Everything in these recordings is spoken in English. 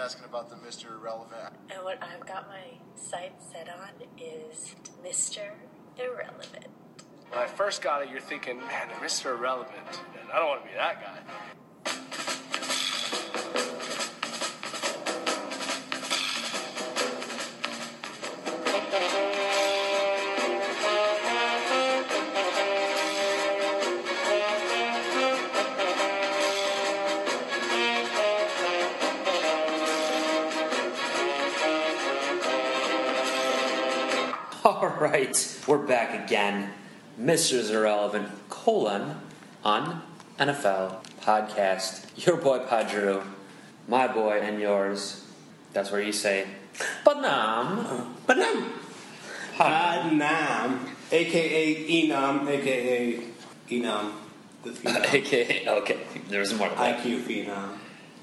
asking about the Mr. Irrelevant. And what I've got my sight set on is Mr. Irrelevant. When I first got it, you're thinking, man, they're Mr. Irrelevant, and I don't want to be that guy. All right, we're back again. Mr. Irrelevant, colon, on NFL podcast. Your boy Padru, my boy and yours. That's where you say, Banam. Banam. Adnam, aka Enam, aka Enam, the phenom, AKA, okay, there's more to that. IQ phenom,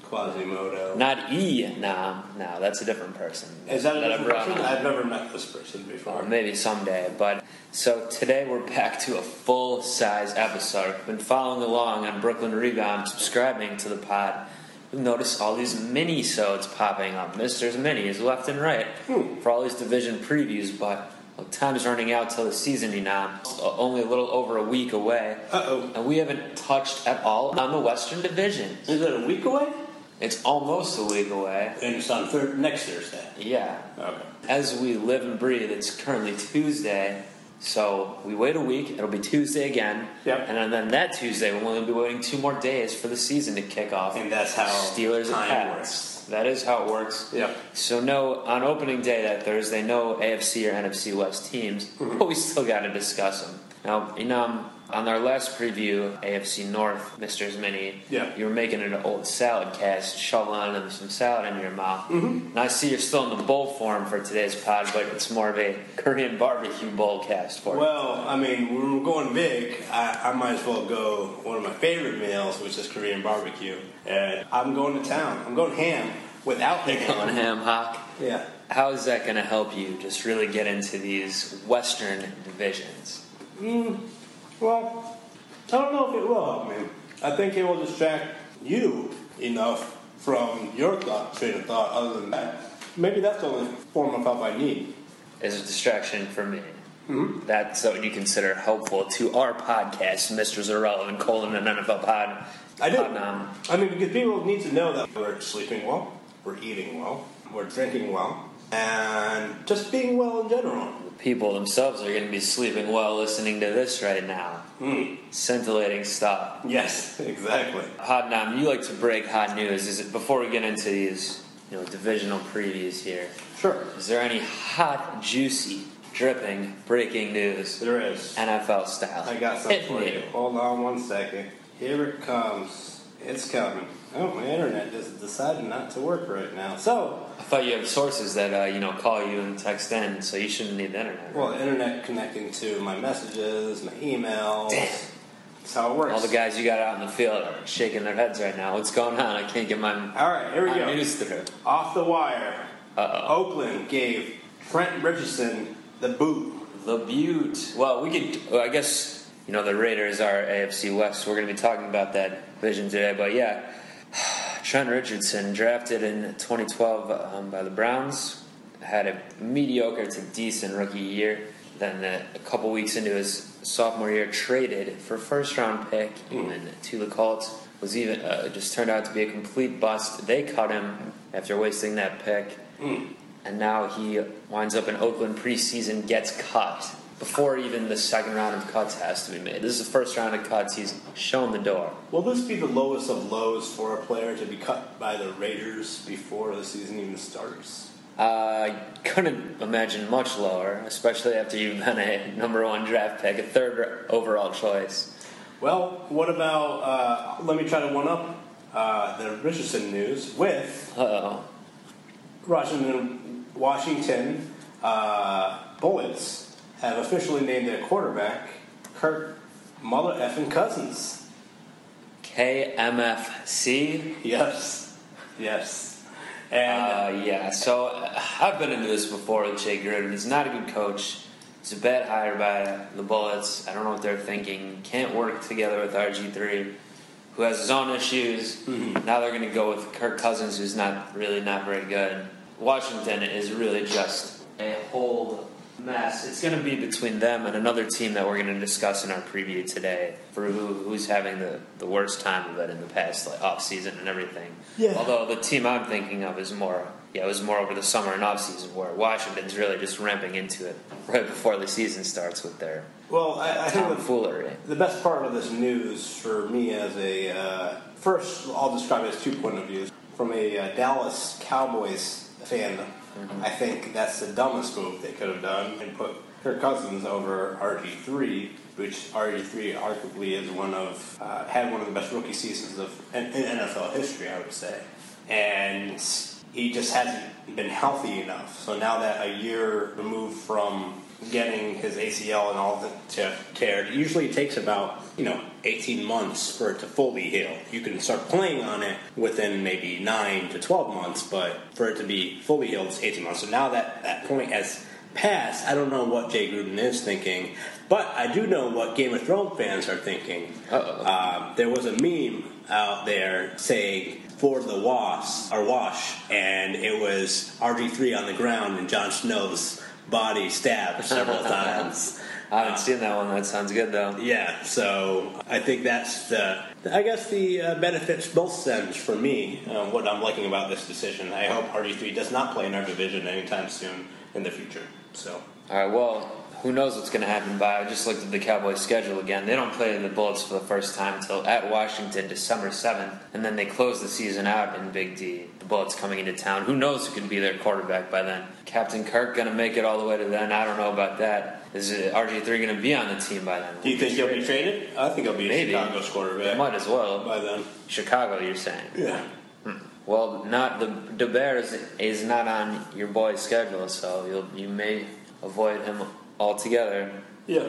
Quasimodo. Not E, Nam. No, that's a different person. Is that a That I different brought person? up. I've never met this person before. Or maybe someday, but so today we're back to a full size episode. Been following along on Brooklyn Rebound, subscribing to the pod. We've noticed all these mini sods popping up. Mr.'s minis left and right for all these division previews, but look, time's running out till the season, you know. It's o- only a little over a week away. Uh-oh. And we haven't touched at all on the Western Division. Is it a week away? It's almost a week away. And it's on thir- next Thursday. Yeah, Okay. As we live and breathe, it's currently Tuesday, so we wait a week. It'll be Tuesday again, Yep. and then that Tuesday we'll only be waiting two more days for the season to kick off. And that's how Steelers time and Pats. That is how it works. Yep. So no, on opening day that Thursday, no AFC or NFC West teams, Mm-hmm. but we still got to discuss them. Now, you know, on our last preview, AFC North, Mister's Mini, Yeah. you were making an old salad cast, shoveling in some salad into your mouth. Mm-hmm. And I see you're still in the bowl form for today's pod, but it's more of a Korean barbecue bowl cast for you. Well, I mean, when we're going big, I, I might as well go one of my favorite meals, which is Korean barbecue. And I'm going to town. I'm going ham without the on ham. ham hock. Yeah. How is that going to help you just really get into these Western divisions? Well, I don't know if it will help me. I think it will distract you enough from your thought, train of thought, other than that. Maybe that's the only form of help I need. is a distraction for me. Mm-hmm. That's what you consider helpful to our podcast, Mr. Zarella and Colin and NFL Pod. um, I do. Podnam. I mean, because people need to know that we're sleeping well, we're eating well, we're drinking well, and just being well in general. The people themselves are going to be sleeping well listening to this right now. Mm-hmm. Scintillating stuff. Yes, exactly. Podnam, you like to break hot news. Is it before we get into these, you know, divisional previews here? Sure. Is there any hot, juicy, dripping, breaking news, There is. NFL style? I got Hit something for me. you. Hold on one second. Here it comes. It's coming. Oh, my internet just decided not to work right now. So, I thought you have sources that uh, you know call you and text in, so you shouldn't need the internet. right? well, internet connecting to my messages, my emails. Damn. That's how it works. All the guys you got out in the field are shaking their heads right now. What's going on? I can't get my All right, here we my go. news through. Off the wire. Uh-oh. Oakland gave Trent Richardson the boot. The Butte. Well, we could. Well, I guess you know the Raiders are AFC West. We're going to be talking about that division today. But yeah, Trent Richardson, drafted in 2012 um, by the Browns, had a mediocre to decent rookie year. Then uh, a couple weeks into his sophomore year, traded for a first round pick and to the Colts. Was even uh, just turned out to be a complete bust. They cut him after wasting that pick, and now he winds up in Oakland preseason, gets cut before even the second round of cuts has to be made. This is the first round of cuts. He's shown the door. Will this be the lowest of lows for a player to be cut by the Raiders before the season even starts? I couldn't imagine much lower, especially after you've been a number one draft pick, a third overall choice. Well, what about? Uh, let me try to one up uh, the Richardson news with Uh oh. Washington. Washington uh, Bullets have officially named their quarterback Kirk Mother effing Cousins. KMFC? Yes, yes, Uh, and yeah, so uh, I've been into this before with Jay Gruden. He's not a good coach. It's a bad hire by the Bullets. I don't know what they're thinking. Can't work together with RG3. who has his own issues. Now they're going to go with Kirk Cousins, who's not really not very good. Washington is really just a whole mess. It's going to be between them and another team that we're going to discuss in our preview today for who, who's having the, the worst time of it in the past like off season and everything. Yeah. Although the team I'm thinking of is more yeah, it was more over the summer and off season where Washington's really just ramping into it right before the season starts with their Well, I, I think the tomfoolery. The best part of this news for me as a uh, first, I'll describe it as two point of views. From a uh, Dallas Cowboys fan, I think that's the dumbest move they could have done and put Kirk Cousins over RG3, which RG3 arguably is one of uh, had one of the best rookie seasons of in, in NFL history, I would say, and he just hasn't been healthy enough. So now that a year removed from getting his ACL and all that to tear. It usually takes about you know 18 months for it to fully heal. You can start playing on it within maybe nine to 12 months, but for it to be fully healed, it's 18 months. So now that that point has passed, I don't know what Jay Gruden is thinking, but I do know what Game of Thrones fans are thinking. Uh-oh. Um, there was a meme out there saying for the wash or wash, and it was RG3 on the ground and Jon Snow's body stabbed several times. I haven't seen that one. That sounds good though. Yeah, so I think that's the, I guess the uh, benefits both ends for me. Uh, what I'm liking about this decision, I hope RG3 does not play in our division anytime soon in the future. So All right. Well, who knows what's going to happen? By I just looked at the Cowboys' schedule again. They don't play the Bullets for the first time until at Washington, December seventh, and then they close the season out in Big D. The Bullets coming into town. Who knows who could be their quarterback by then? Captain Kirk going to make it all the way to then? I don't know about that. Is RG three going to be on the team by then? do you think he'll be traded? I think he'll be Maybe. Chicago's quarterback Might as well. by then. Chicago, you're saying? Yeah. Well, not the the Bears is not on your boy's schedule, so you'll you may avoid him altogether. Yeah.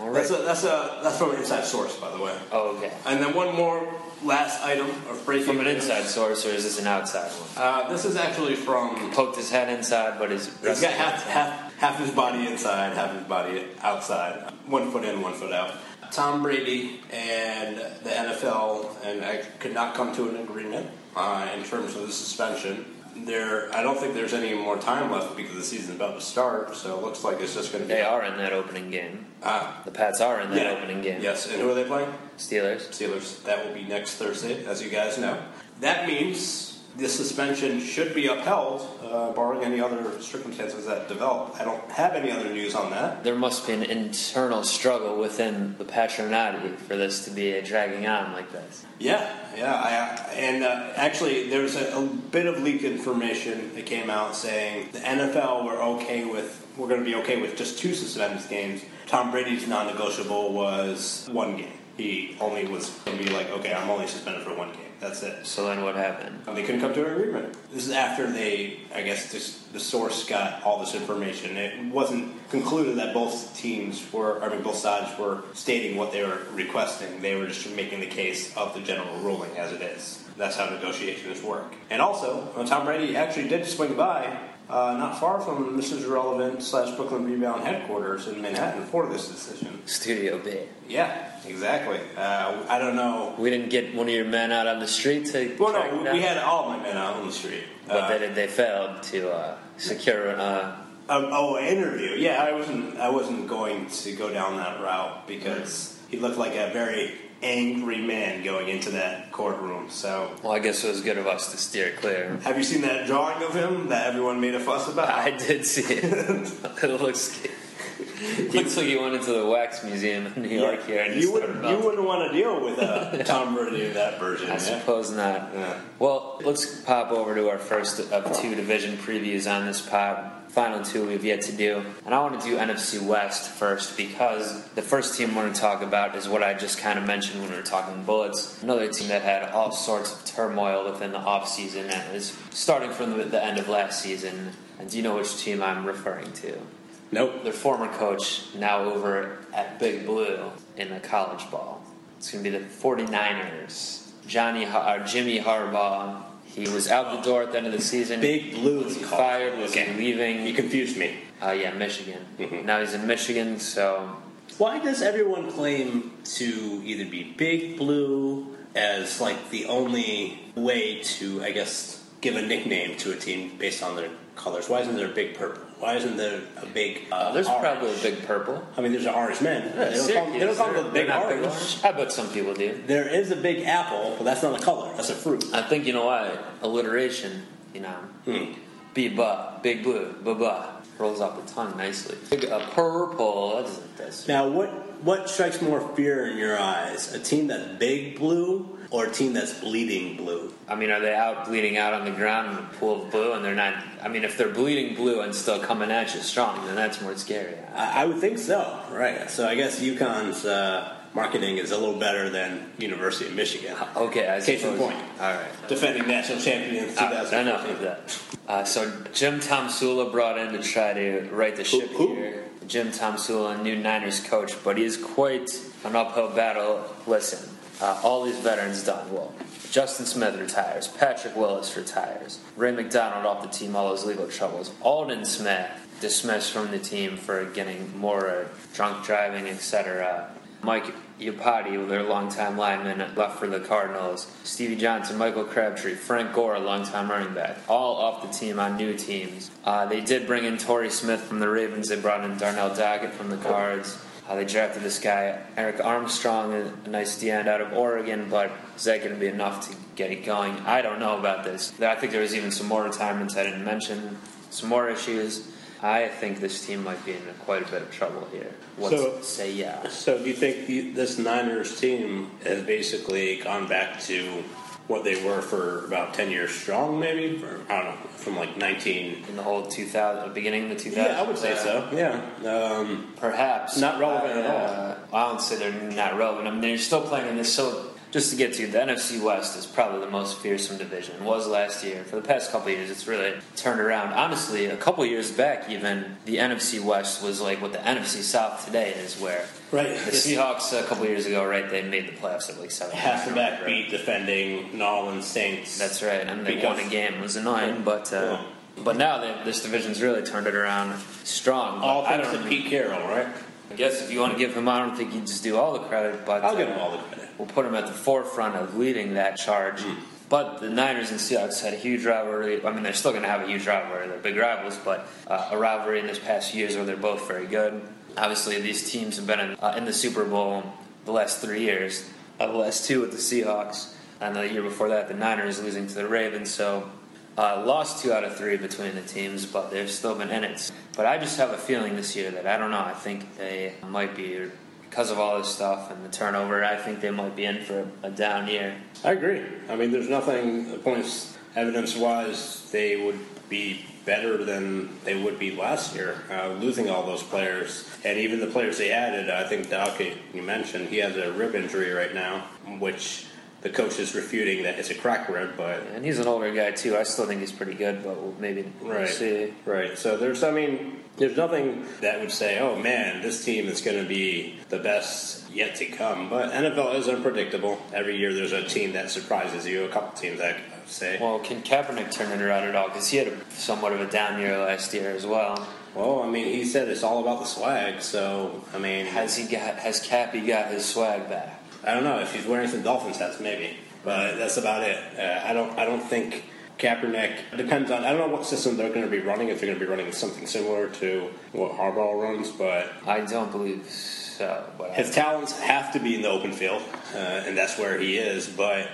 All That's right. a, that's a that's from an inside source, by the way. Oh, okay. And then one more last item of breaking From an news. inside source, or is this an outside one? Uh, this is actually from. Poked his head inside, but his He's got half, half half his body inside, half his body outside. One foot in, one foot out. Tom Brady and the NFL, and I could not come to an agreement uh, in terms of the suspension. There, I don't think there's any more time left because the season's about to start. So it looks like it's just going to be. They are in that opening game. Ah. The Pats are in that Yeah. opening game. Yes, and who are they playing? Steelers. Steelers. That will be next Thursday, as you guys know. That means the suspension should be upheld, uh, barring any other circumstances that develop. I don't have any other news on that. There must be an internal struggle within the Patronati for this to be dragging on like this. Yeah, yeah. I, and uh, actually, there's a, a bit of leaked information that came out saying the NFL were okay with we're going to be okay with just two suspended games. Tom Brady's non-negotiable was one game. He only was going to be like, okay, I'm only suspended for one game. That's it. So then what happened? And They couldn't come to an agreement. This is after they, I guess, this, the source got all this information. It wasn't concluded that both teams were, I mean, both sides were stating what they were requesting. They were just making the case of the general ruling as it is. That's how negotiations work. And also, uh, Tom Brady actually did swing by. Uh, not far from Mrs. Relevant slash Brooklyn Rebound headquarters in Manhattan for this decision. Studio B. Yeah, exactly. Uh, I don't know. We didn't get one of your men out on the street to. Well, track no, we- down- we had all my men out on the street. But Uh, they, they failed to uh, secure. Uh, Um, oh, an interview. Yeah, I wasn't. I wasn't going to go down that route because he looked like a very angry man going into that courtroom. So, well, I guess it was good of us to steer clear. have you seen that drawing of him that everyone made a fuss about? I did see it. it looks. It looks like you went into the wax museum in New York here and you just wouldn't. started You wouldn't want to deal with uh, Tom Brady in that version. I yeah? suppose not. Yeah. Well, let's pop over to our first of two division previews on this pod. Final two we've yet to do. And I want to do NFC West first because the first team we're going to talk about is what I just kind of mentioned when we were talking Bullets. Another team that had all sorts of turmoil within the offseason and is starting from the, the end of last season. And do you know which team I'm referring to? Nope. Their former coach, now over at Big Blue in the college ball. It's going to be the 49ers. Johnny Har- or Jimmy Harbaugh. He was out the door at the end of the season. Big Blue is was he called. fired. Was Okay. he leaving? You Mm-hmm. confused me. Uh, yeah, Michigan. Now he's in Michigan. So Why does everyone claim to either be Big Blue, as like the only way to, I guess, give a nickname to a team based on their colors. Why isn't there a big purple? Why isn't there a big? Uh, There's orange? probably a big purple. I mean, there's an orange man. they don't call, Syracuse, they don't call them they're- a they're big not orange. I bet some people do. There is a big apple, but that's not a color. That's a fruit. I think you know why alliteration. You know, Hmm. be ba big blue ba ba rolls off the tongue nicely. Big a purple that doesn't that's Now, what what strikes more fear in your eyes? A team that's big blue or a team that's bleeding blue? I mean, are they out bleeding out on the ground in a pool of blue and they're not? I mean, if they're bleeding blue and still coming at you strong, then that's more scary. I, I would think so, right? So I guess UConn's uh, marketing is a little better than University of Michigan. Okay, I Case in suppose. point. All right. Uh, Defending national champions Uh, 2014. enough of that. Uh, so Jim Tom Sula brought in to try to right the ship who? here. Jim Tom Sula, new Niners coach, but he is quite an uphill battle. Listen, uh, all these veterans done well. Justin Smith retires. Patrick Willis retires. Ray McDonald off the team. All those legal troubles. Alden Smith dismissed from the team for getting more uh, drunk driving, etc. Mike Iupati, their longtime lineman, left for the Cardinals. Stevie Johnson, Michael Crabtree, Frank Gore, a longtime running back, all off the team on new teams. Uh, they did bring in Torrey Smith from the Ravens. They brought in Darnell Dockett from the Cards. Uh, they drafted this guy, Eric Armstrong, a nice D end out of Oregon, but is that going to be enough to get it going? I don't know about this. I think there was even some more retirements I didn't mention, some more issues. I think this team might be in quite a bit of trouble here. What's So- say yeah? So do you think the, this Niners team has basically gone back to what they were for about 10 years strong, maybe? Or, I don't know, from like 19. in the whole 2000 beginning of the 2000s. Yeah, I would say so. Yeah. Um, Perhaps Not relevant at all. all. I don't say they're not relevant. I mean, they're still playing in this. So just to get to you, the NFC West is probably the most fearsome division. It was last year. For the past couple of years, it's really turned around. Honestly, a couple of years back, even the NFC West was like what the NFC South today is, where Right. the Seahawks a couple of years ago, right? They made the playoffs at like seven. Hasselbeck beat defending Nolan Saints. That's right. And they Because- won a game. It was annoying, but uh, but now they, this division's really turned it around strong. But all I thanks don't to Pete Carroll, right? I guess if you want to give him, I don't think you just do all the credit, but I'll give uh, him all the credit. We'll put him at the forefront of leading that charge. But the Niners and Seahawks had a huge rivalry. I mean, they're still going to have a huge rivalry. They're big rivals, but uh, a rivalry in this past years where they're both very good. Obviously, these teams have been in, uh, in the Super Bowl the last three years, uh, the last two with the Seahawks, and the year before that, the Niners losing to the Ravens. So uh, lost two out of three between the teams, but they've still been in it. But I just have a feeling this year that I don't know. I think they might be because of all this stuff and the turnover. I think they might be in for a down year. I agree. I mean, there's nothing points evidence wise they would be better than they would be last year, uh, losing all those players and even the players they added. I think Dalke, you mentioned, he has a rib injury right now, which the coach is refuting that it's a crack rib, but And he's an older guy too. I still think he's pretty good, but we'll maybe we'll Right. see. Right. So there's, I mean, there's nothing that would say, oh man, this team is going to be the best yet to come. But NFL is unpredictable. Every year there's a team that surprises you, a couple teams that say. Well, can Kaepernick turn it around at all? Because he had a, somewhat of a down year last year as well. Well, I mean, he said it's all about the swag. So, I mean, Has he got? Has Cappy got his swag back? I don't know if he's wearing some Dolphins hats, maybe. But that's about it. Uh, I don't. I don't think Kaepernick depends on. I don't know what system they're going to be running. If they're going to be running something similar to what Harbaugh runs, but I don't believe so. But I- His talents have to be in the open field, uh, and that's where he is. But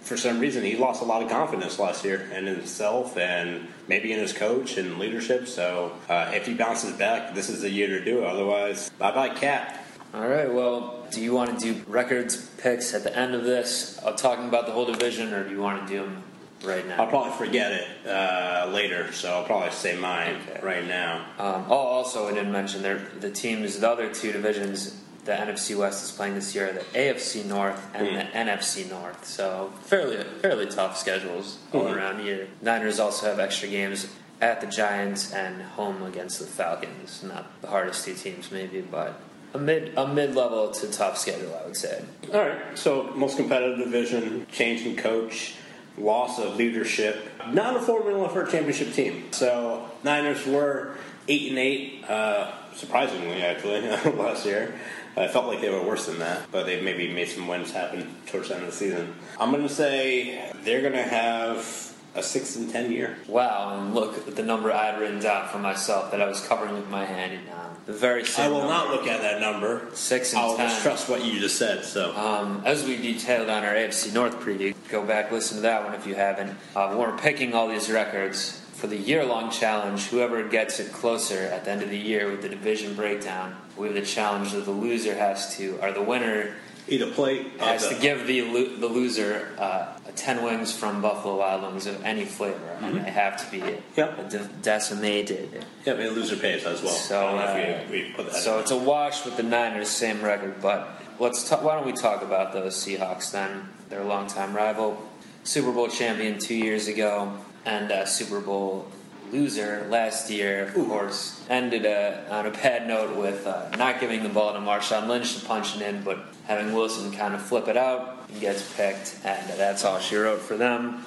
for some reason, he lost a lot of confidence last year in himself and maybe in his coach and leadership. So uh, if he bounces back, this is the year to do it. Otherwise, bye bye, Cap. All right. Well, do you want to do records picks at the end of this, uh, talking about the whole division, or do you want to do them right I'll now? probably forget it uh, later, so I'll probably say mine right now. Um, oh, also, I didn't mention there the teams, the other two divisions. The NFC West is playing this year. The AFC North and the NFC North, so fairly fairly tough schedules all around here. Niners also have extra games at the Giants and home against the Falcons. Not the hardest two teams, maybe, but a mid a mid level to tough schedule, I would say. All right. So most competitive division, change in coach, loss of leadership, not a formula for a championship team. So Niners were eight and eight, uh, surprisingly actually last year. I felt like they were worse than that, but they maybe made some wins happen towards the end of the season. I'm going to say they're going to have a six and ten year. Wow, and look at the number I had written down for myself that I was covering with my hand. And, um, the very same I will number. not look at that number. Six and I'll just ten. trust what you just said. So Um, as we detailed on our AFC North preview, go back listen to that one if you haven't. Uh, we're picking all these records for the year-long challenge. Whoever gets it closer at the end of the year with the division breakdown, we have the challenge that the loser has to, or the winner eat a plate. of has the- to give the lo- the loser uh, ten wings from Buffalo Wild Wings of any flavor, and they have to be Mm-hmm. Yep. de- decimated. Yeah, I mean, loser pays as well. So, I don't know uh, if we, we put that. So in. it's a wash with the Niners, same record. But let's talk, why don't we talk about those Seahawks then? They're a longtime rival, Super Bowl champion two years ago, and uh, Super Bowl loser last year. Of course, ended uh, on a bad note with uh, not giving the ball to Marshawn Lynch to punch it in, but having Wilson kind of flip it out. He gets picked, and that's all she wrote for them.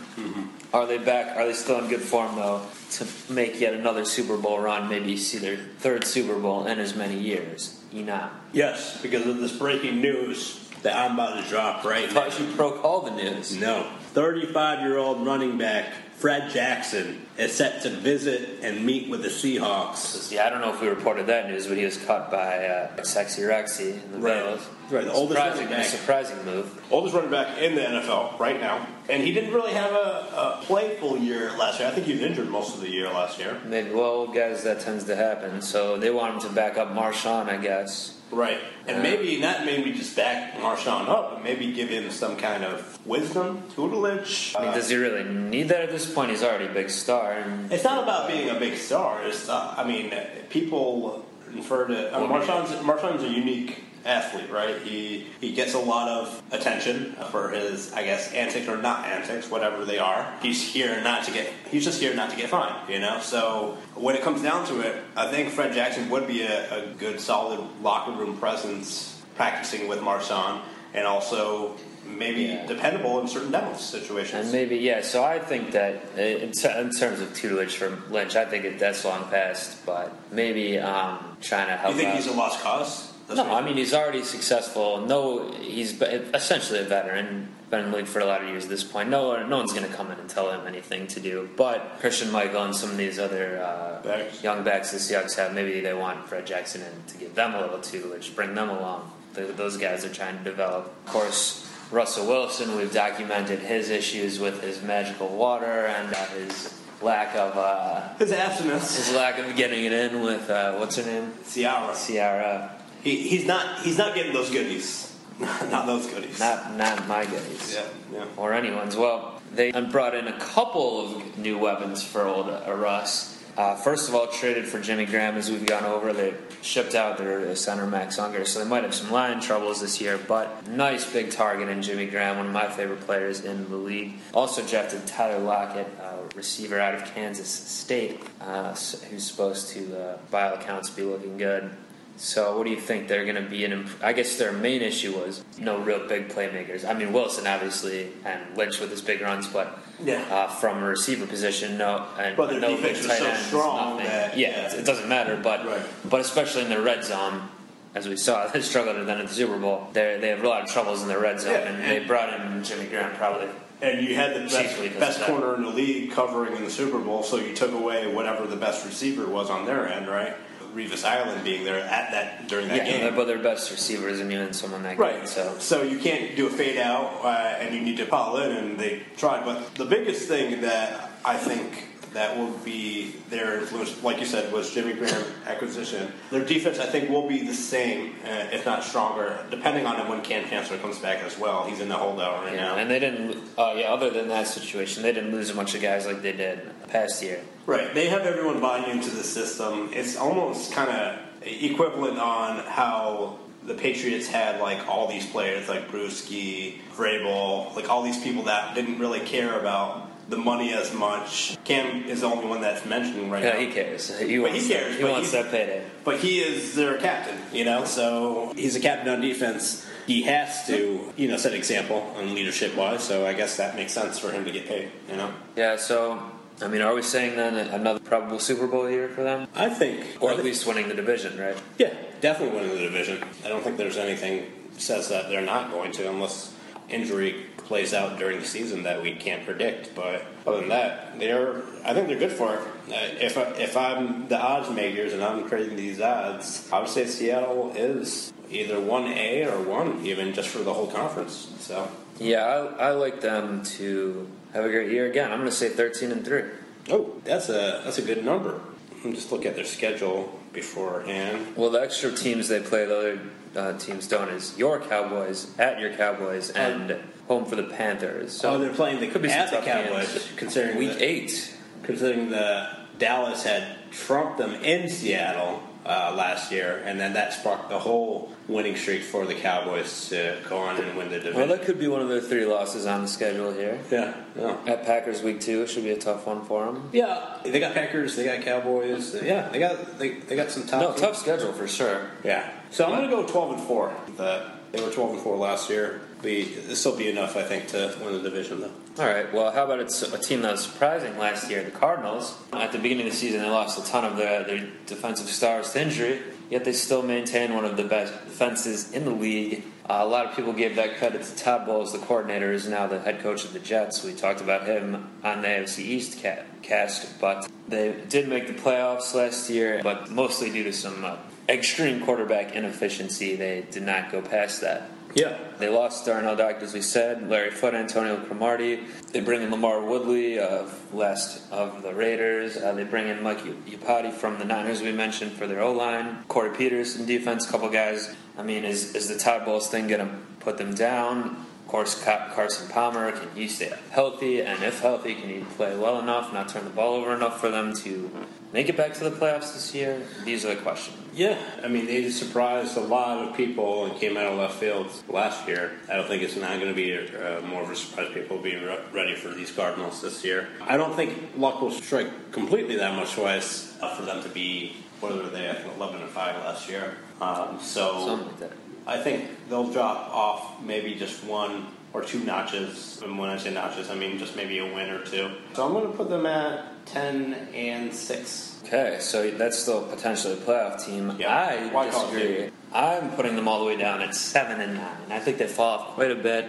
Are they back? Are they still in good form though to make yet another Super Bowl run? Maybe see their third Super Bowl in as many years. You know, yes, because of this breaking news that I'm about to drop right now. thought you broke all the news. No. 35 year old running back Fred Jackson is set to visit and meet with the Seahawks. Yeah, I don't know if we reported that news, but he was caught by uh, Sexy Rexy in the Right. middle. Right, the oldest running surprising, back. surprising move. Oldest running back in the NFL right now. And he didn't really have a, a playful year last year. I think he was injured most of the year last year. Maybe, well, old guys, that tends to happen. So they want him to back up Marshawn, I guess. Right. And maybe not maybe just back Marshawn up, but maybe give him some kind of wisdom, tutelage. I mean, Uh, does he really need that at this point? He's already a big star. And It's not about being a big star. It's uh, I mean, uh, people infer to I mean, Well, Marshawn's Marshawn's a unique athlete, right? He he gets a lot of attention for his, I guess, antics or not antics, whatever they are. He's here not to get. He's just here not to get fined, you know. So when it comes down to it, I think Fred Jackson would be a, a good, solid locker room presence, practicing with Marshawn, and also maybe Yeah. dependable in certain demo situations. And maybe yeah. So I think that uh, in, ter- in terms of tutelage for Lynch, I think it, that's long past. But maybe um, trying to help. you think out. he's a lost cause? That's no, what you I mean he's already successful. No, he's be- essentially a veteran, been in the league for a lot of years at this point. No, no one's going to come in and tell him anything to do. But Christian Michael and some of these other uh, Backs. young backs the Seahawks have, maybe they want Fred Jackson in to give them a little tutelage, bring them along. Th those guys are trying to develop. Of course, Russell Wilson, we've documented his issues with his magical water and uh, his lack of uh, His abstinence. his lack of getting it in with uh, what's her name, Ciara. Ciara. He, he's not. He's not getting those goodies. not those goodies. Not not my goodies. Yeah, yeah. Or anyone's. Well, they brought in a couple of new weapons for old uh, Russ. Uh, first of all, traded for Jimmy Graham, as we've gone over. They shipped out their center Max Unger, so they might have some line troubles this year. But nice big target in Jimmy Graham, one of my favorite players in the league. Also drafted Tyler Lockett, uh, receiver out of Kansas State, uh, s- who's supposed to, uh, by all accounts, be looking good. So what do you think they're going to be? An imp- I guess their main issue was no real big playmakers. I mean Wilson obviously and Lynch with his big runs, but Yeah. uh, from a receiver position, no, and But their no big defense was tight so ends, strong nothing. that- yeah, yeah. it's- it doesn't matter. But Right. but especially in the red zone, as we saw, they struggled at the end of the Super Bowl. They they have a lot of troubles in the red zone, Yeah, and, and- they brought in Jimmy Graham probably. And you had the Chiefly best, does best that. corner in the league covering in the Super Bowl, so you took away whatever the best receiver was on their end, right? Revis Island being there at that during that yeah, game. but their best receiver is immune and someone that Right, good, so. so you can't do a fade out, uh, and you need to pile in, and they tried. But the biggest thing that I think that will be their influence, like you said, was Jimmy Graham acquisition. Their defense, I think, will be the same, uh, if not stronger, depending on when Cam Chancellor comes back as well. He's in the holdout right Yeah, now. and they didn't. Uh, yeah, other than that situation, they didn't lose a bunch of guys like they did past year. Right. They have everyone buying into the system. It's almost kind of equivalent on how the Patriots had like all these players like Brewski, Vrabel, like all these people that didn't really care about the money as much. Cam is the only one that's mentioned right Yeah, now. he cares. He But wants. he cares, He but wants he's- that payday. But he is their captain, you know, so He's a captain on defense. He has to, you know, set example on leadership wise. So I guess that makes sense for him to get paid. you know. Yeah. So I mean, are we saying then that another probable Super Bowl year for them? I think, Or at least winning the division, right? yeah, definitely winning the division. I don't think there's anything says that they're not going to, unless injury plays out during the season that we can't predict. But other than that, they're I think they're good for it. Uh, If I, if I'm the odds makers and I'm creating these odds, I would say Seattle is either one A or one even just for the whole conference. So Yeah, I, I like them to have a great year again. I'm going to say 13 and 3. oh, that's a that's a good number. I'm just look at their schedule beforehand. Well, the extra teams they play, the other uh, teams don't, is your Cowboys, at your Cowboys, and home for the Panthers. So oh, they're playing the could be some at the tough games. Cowboys, considering Week the, 8. Considering the Dallas had trumped them in Seattle uh, last year, and then that sparked the whole winning streak for the Cowboys to go on and win the Well, division. that could be one of their three losses on the schedule here. yeah, yeah, At Packers week two, it should be a tough one for them. yeah. They got Packers, they got Cowboys. Yeah, they got they, they got some top. No, teams. tough schedule for sure. Yeah. So I'm going to go 12 and 4. The, they were 12 and 4 last year. Be, this will be enough, I think, to win the division, though. All right. Well, how about it's a team that was surprising last year, the Cardinals. At the beginning of the season, they lost a ton of their, their defensive stars to injury, yet they still maintain one of the best defenses in the league. Uh, a lot of people gave that credit to Todd Bowles, the coordinator, who's now the head coach of the Jets. We talked about him on the AFC East ca- cast, but they did make the playoffs last year, but mostly due to some uh, extreme quarterback inefficiency, they did not go past that. Yeah. They lost Darnell Dock, as we said, Larry Foote, Antonio Cromartie. They bring in Lamar Woodley, uh, last of the Raiders. Uh, they bring in Mike Yapati from the Niners, we mentioned, for their O line. Corey Peters in defense, a couple guys. I mean, is, is the Todd Bowles thing going to put them down? Of course, Ca- Carson Palmer, can he stay healthy? And if healthy, can he play well enough, not turn the ball over enough for them to make it back to the playoffs this year? These are the questions. Yeah, I mean, they surprised a lot of people and came out of left field last year. I don't think it's not going to be uh, more of a surprise. People being re- ready for these Cardinals this year. I don't think luck will strike completely that much twice uh, for them to be what were they? I think eleven and five last year. Um, so Something like that. I think they'll drop off maybe just one or two notches. And when I say notches, I mean just maybe a win or two. So I'm going to put them at ten and six. Okay, so that's still potentially a playoff team. Yeah. I Wild card disagree. team. I'm putting them all the way down at seven and nine, and I think they fall off quite a bit.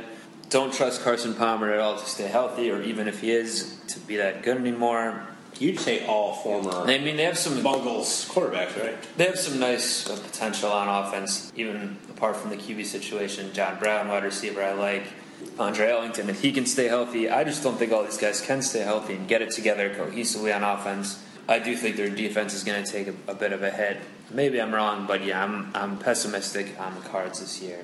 Don't trust Carson Palmer at all to stay healthy, or even if he is, to be that good anymore. You'd say all former. I mean, they have some Bungles quarterbacks, right? they have some nice uh, potential on offense, even apart from the QB situation. John Brown, wide receiver, I like. Andre Ellington, if he can stay healthy, I just don't think all these guys can stay healthy and get it together cohesively on offense. I do think their defense is going to take a, a bit of a hit. Maybe I'm wrong, but yeah, I'm, I'm pessimistic on the cards this year.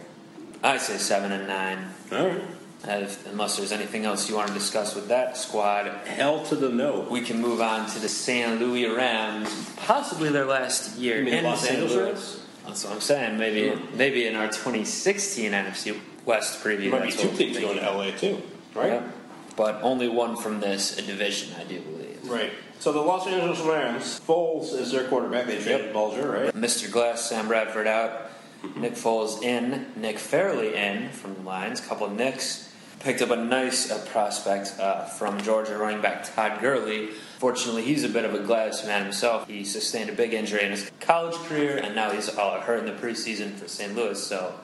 I say seven and nine, All right. Uh, if, unless there's anything else you want to discuss with that squad. Hell to the no. We can move on to the San Luis Rams, possibly their last year You mean in Los San Angeles Luis. Rams? That's what I'm saying. Maybe maybe in our 2016 NFC West preview, There might be that's two what teams we're going thinking. to LA too, right? Yeah. But only one from this division, I do believe. Right. So the Los Angeles Rams, Foles is their quarterback. They traded Bulger, right? Mr. Glass, Sam Bradford out, Nick Foles in, Nick Fairley in from the Lions, couple Knicks. Picked up a nice uh, prospect uh, from Georgia running back Todd Gurley. Fortunately, he's a bit of a Glass man himself. He sustained a big injury in his college career, and now he's all hurt in the preseason for St. Louis. So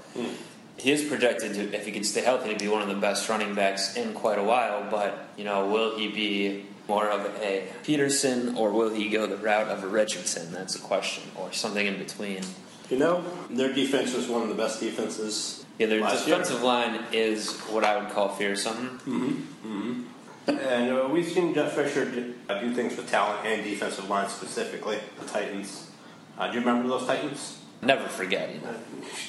he is projected to, if he can stay healthy, to be one of the best running backs in quite a while. But you know, will he be more of a Peterson or will he go the route of a Richardson? That's a question, or something in between. You know, their defense was one of the best defenses. Yeah, their last year. defensive line is what I would call fearsome. And uh, we've seen Jeff Fisher do, uh, do things with talent and defensive line specifically. The Titans. Uh, do you remember those Titans? Never forget, you know.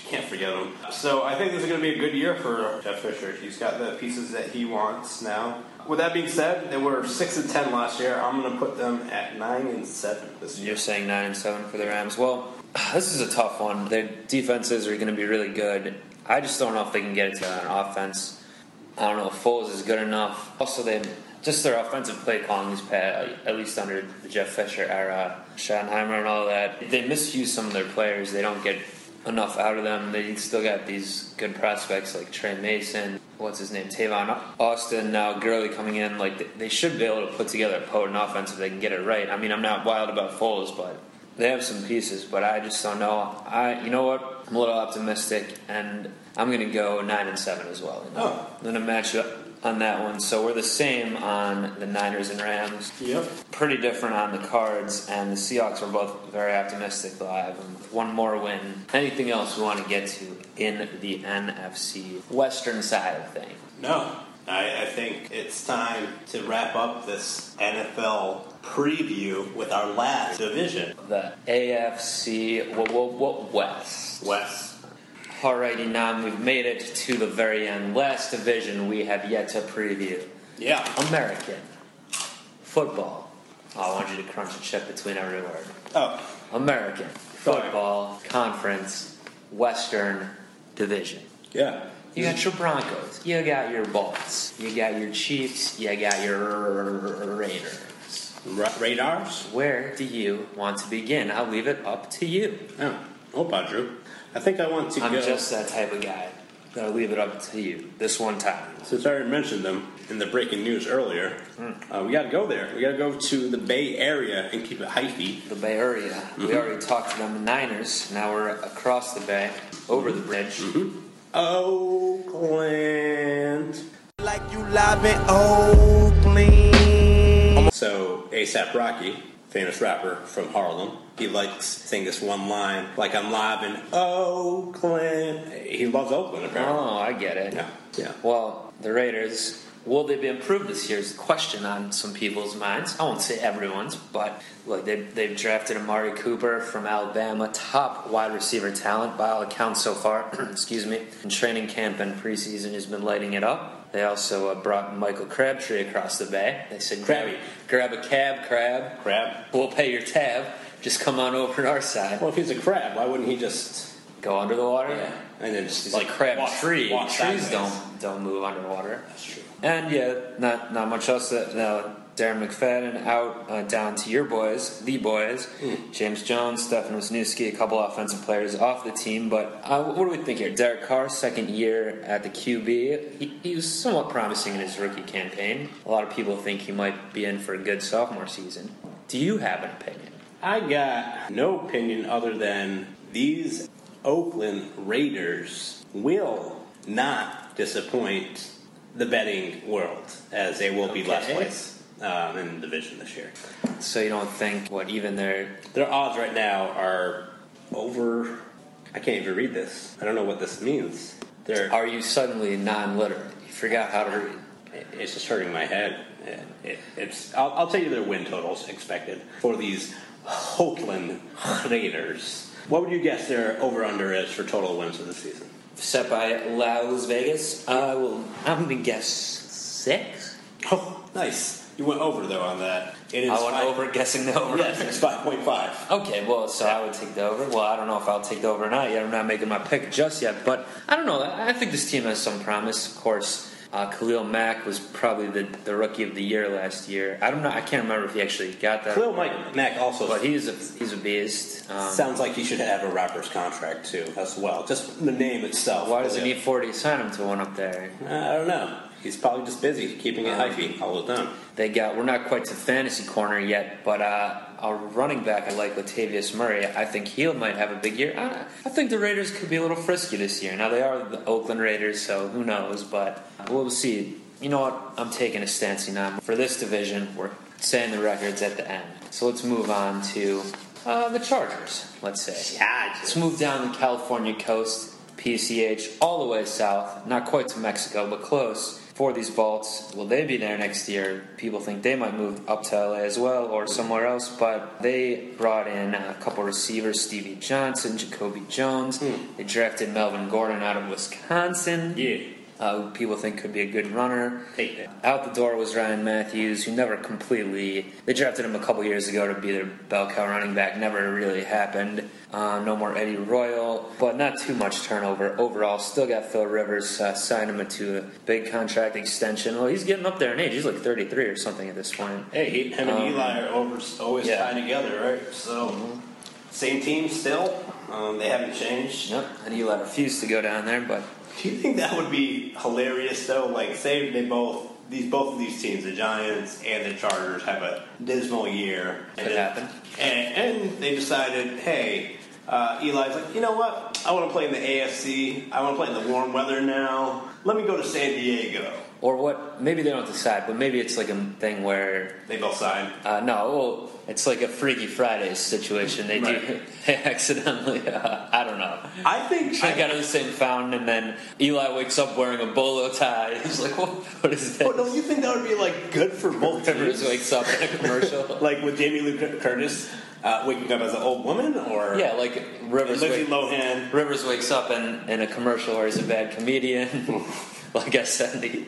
Can't forget him. So I think this is going to be a good year for Jeff Fisher. He's got the pieces that he wants now. With that being said, they were six and ten last year. I'm going to put them at nine and seven this year. You're saying nine and seven for the Rams. Well, this is a tough one. Their defenses are going to be really good. I just don't know if they can get it together on offense. I don't know if Foles is good enough. Also, they just their offensive play calling is bad. At least under the Jeff Fisher era, Schottenheimer and all that, they misuse some of their players. They don't get enough out of them. They still got these good prospects like Trey Mason, what's his name, Tavon Austin, now Gurley coming in. Like they- they should be able to put together a potent offense if they can get it right. I mean, I'm not wild about Foles, but they have some pieces. But I just don't know. I, you know what, I'm a little optimistic, and I'm gonna go nine and seven as well. You know? Oh. I'm gonna match up on that one. So we're the same on the Niners and Rams Yep. pretty different on the cards, and the Seahawks were both very optimistic. They'll have them with one more win. Anything else we want to get to in the NFC Western side of things? No, I, I think it's time to wrap up this NFL preview with our last division, The AFC what, what, what West. West. Alrighty, Nam, we've made it to the very end. Last division we have yet to preview. Yeah. American football. Oh, I want you to crunch and check between every word. Oh, American Football Conference Western Division. yeah. You got your Broncos, you got your Bolts, you got your Chiefs, you got your Raiders. Ra- radars? Where do you want to begin? I'll leave it up to you. Oh, oh, Badru. I think I want to I'm go. just that type of guy. I'll leave it up to you this one time. Since I already mentioned them in the breaking news earlier, uh, we got to go there. We got to go to the Bay Area and keep it hyphy. The Bay Area. Mm-hmm. We already talked to them, the Niners. Now we're across the bay, over the bridge. Mm-hmm. Oakland. Like you live in Oakland. So ASAP Rocky, famous rapper from Harlem, he likes to sing this one line, like I'm live in Oakland. He loves Oakland apparently. Oh, I get it. Yeah, yeah. Well, the Raiders, will they be improved this year? Is the question on some people's minds. I won't say everyone's, but look, they, they've drafted Amari Cooper from Alabama, top wide receiver talent by all accounts so far. excuse me. In training camp and preseason, he's been lighting it up. They also uh, brought Michael Crabtree across the bay. They said, Crabby. grab a cab, Crab. Crab. We'll pay your tab. Just come on over to our side. Well, if he's a crab, why wouldn't he just Go under the water. and then just He's like a crab walk- tree. walk Trees sideways? don't don't move underwater. That's true. And yeah, not not much else. That, no, Darren McFadden out uh, down to your boys, the boys, James Jones, Stefan Wisniewski, a couple offensive players off the team. But uh, what do we think here? Derek Carr, second year at the QB, he, he was somewhat promising in his rookie campaign. A lot of people think he might be in for a good sophomore season. Do you have an opinion? I got no opinion other than these Oakland Raiders will not disappoint the betting world as they will be last Okay. place um, in the division this year. So you don't think what even their Their odds right now are over. I can't even read this. I don't know what this means. They're, are you suddenly non-literate? You forgot how to read. it's just hurting my head. It, it, it's. I'll, I'll tell you their win totals expected for these Oakland Raiders. What would you guess their over under is for total wins of the season? set by Las Vegas. I will. I'm gonna guess six. Oh, nice. You went over though on that. It is I went five- over guessing the over. Yes, it's five point five. Okay, well, so I would take the over. Well, I don't know if I'll take the over or not yet. I'm not making my pick just yet, but I don't know. I I think this team has some promise. Of course, uh, Khalil Mack was probably the, the rookie of the year last year. I don't know. I can't remember if he actually got that, Khalil Mike Mack also but he's a he's a beast. Um, sounds like he should have a rapper's contract too, as well. Just the name itself. why does it Khalil. need 40 to sign him to one up there? Uh, I don't know. He's probably just busy keeping it Um, hyphy all the time. They got. We're not quite to fantasy corner yet, but uh, our running back, I like Latavius Murray. I think he might have a big year. I, I think the Raiders could be a little frisky this year. Now they are the Oakland Raiders, so who knows? But we'll see. You know what? I'm taking a stance now for this division. We're saying the records at the end, so let's move on to uh, the Chargers. Let's say. Let's move down the California coast, PCH, all the way south, not quite to Mexico, but close. For these Bolts, will they be there next year? People think they might move up to LA as well or somewhere else, but they brought in a couple receivers Stevie Johnson, Jacoby Jones. They drafted Melvin Gordon out of Wisconsin, Yeah. uh, who people think could be a good runner. Take that. Out the door was Ryan Matthews, who never completely. They drafted him a couple years ago to be their bell cow running back. Never really happened. Uh, no more Eddie Royal, but not too much turnover overall. Still got Phil Rivers. Uh, signed him to a big contract extension. Well, he's getting up there in age. He's like 33 or something at this point. Hey, he, him and Um, Eli are over, always yeah. Mm-hmm. tied together, right? So Same team still. Um, they haven't changed. Yep. And you let refuse to go down there, but Do you think that would be hilarious though? Like, say they both these both of these teams, the Giants and the Chargers, have a dismal year. Could and then- happen. And, and they decided, hey, uh, Eli's like, you know what? I want to play in the AFC. I want to play in the warm weather now. Let me go to San Diego. or what? Maybe they don't decide, but maybe it's like a thing where They both signed. uh, no, well, it's like a Freaky Fridays situation. They do Right. they accidentally. Uh, I don't know. I think Drink out of the same fountain, and then Eli wakes up wearing a bolo tie. He's like, "What? What is Well, that?" don't oh, you think that would be like good for both Rivers teams? wakes up in a commercial. Like with Jamie Lee Curtis uh, waking up as an old woman, or yeah, like Rivers. Lindsay wake- Lohan. Rivers wakes up in, in a commercial where he's a bad comedian. like I said, he,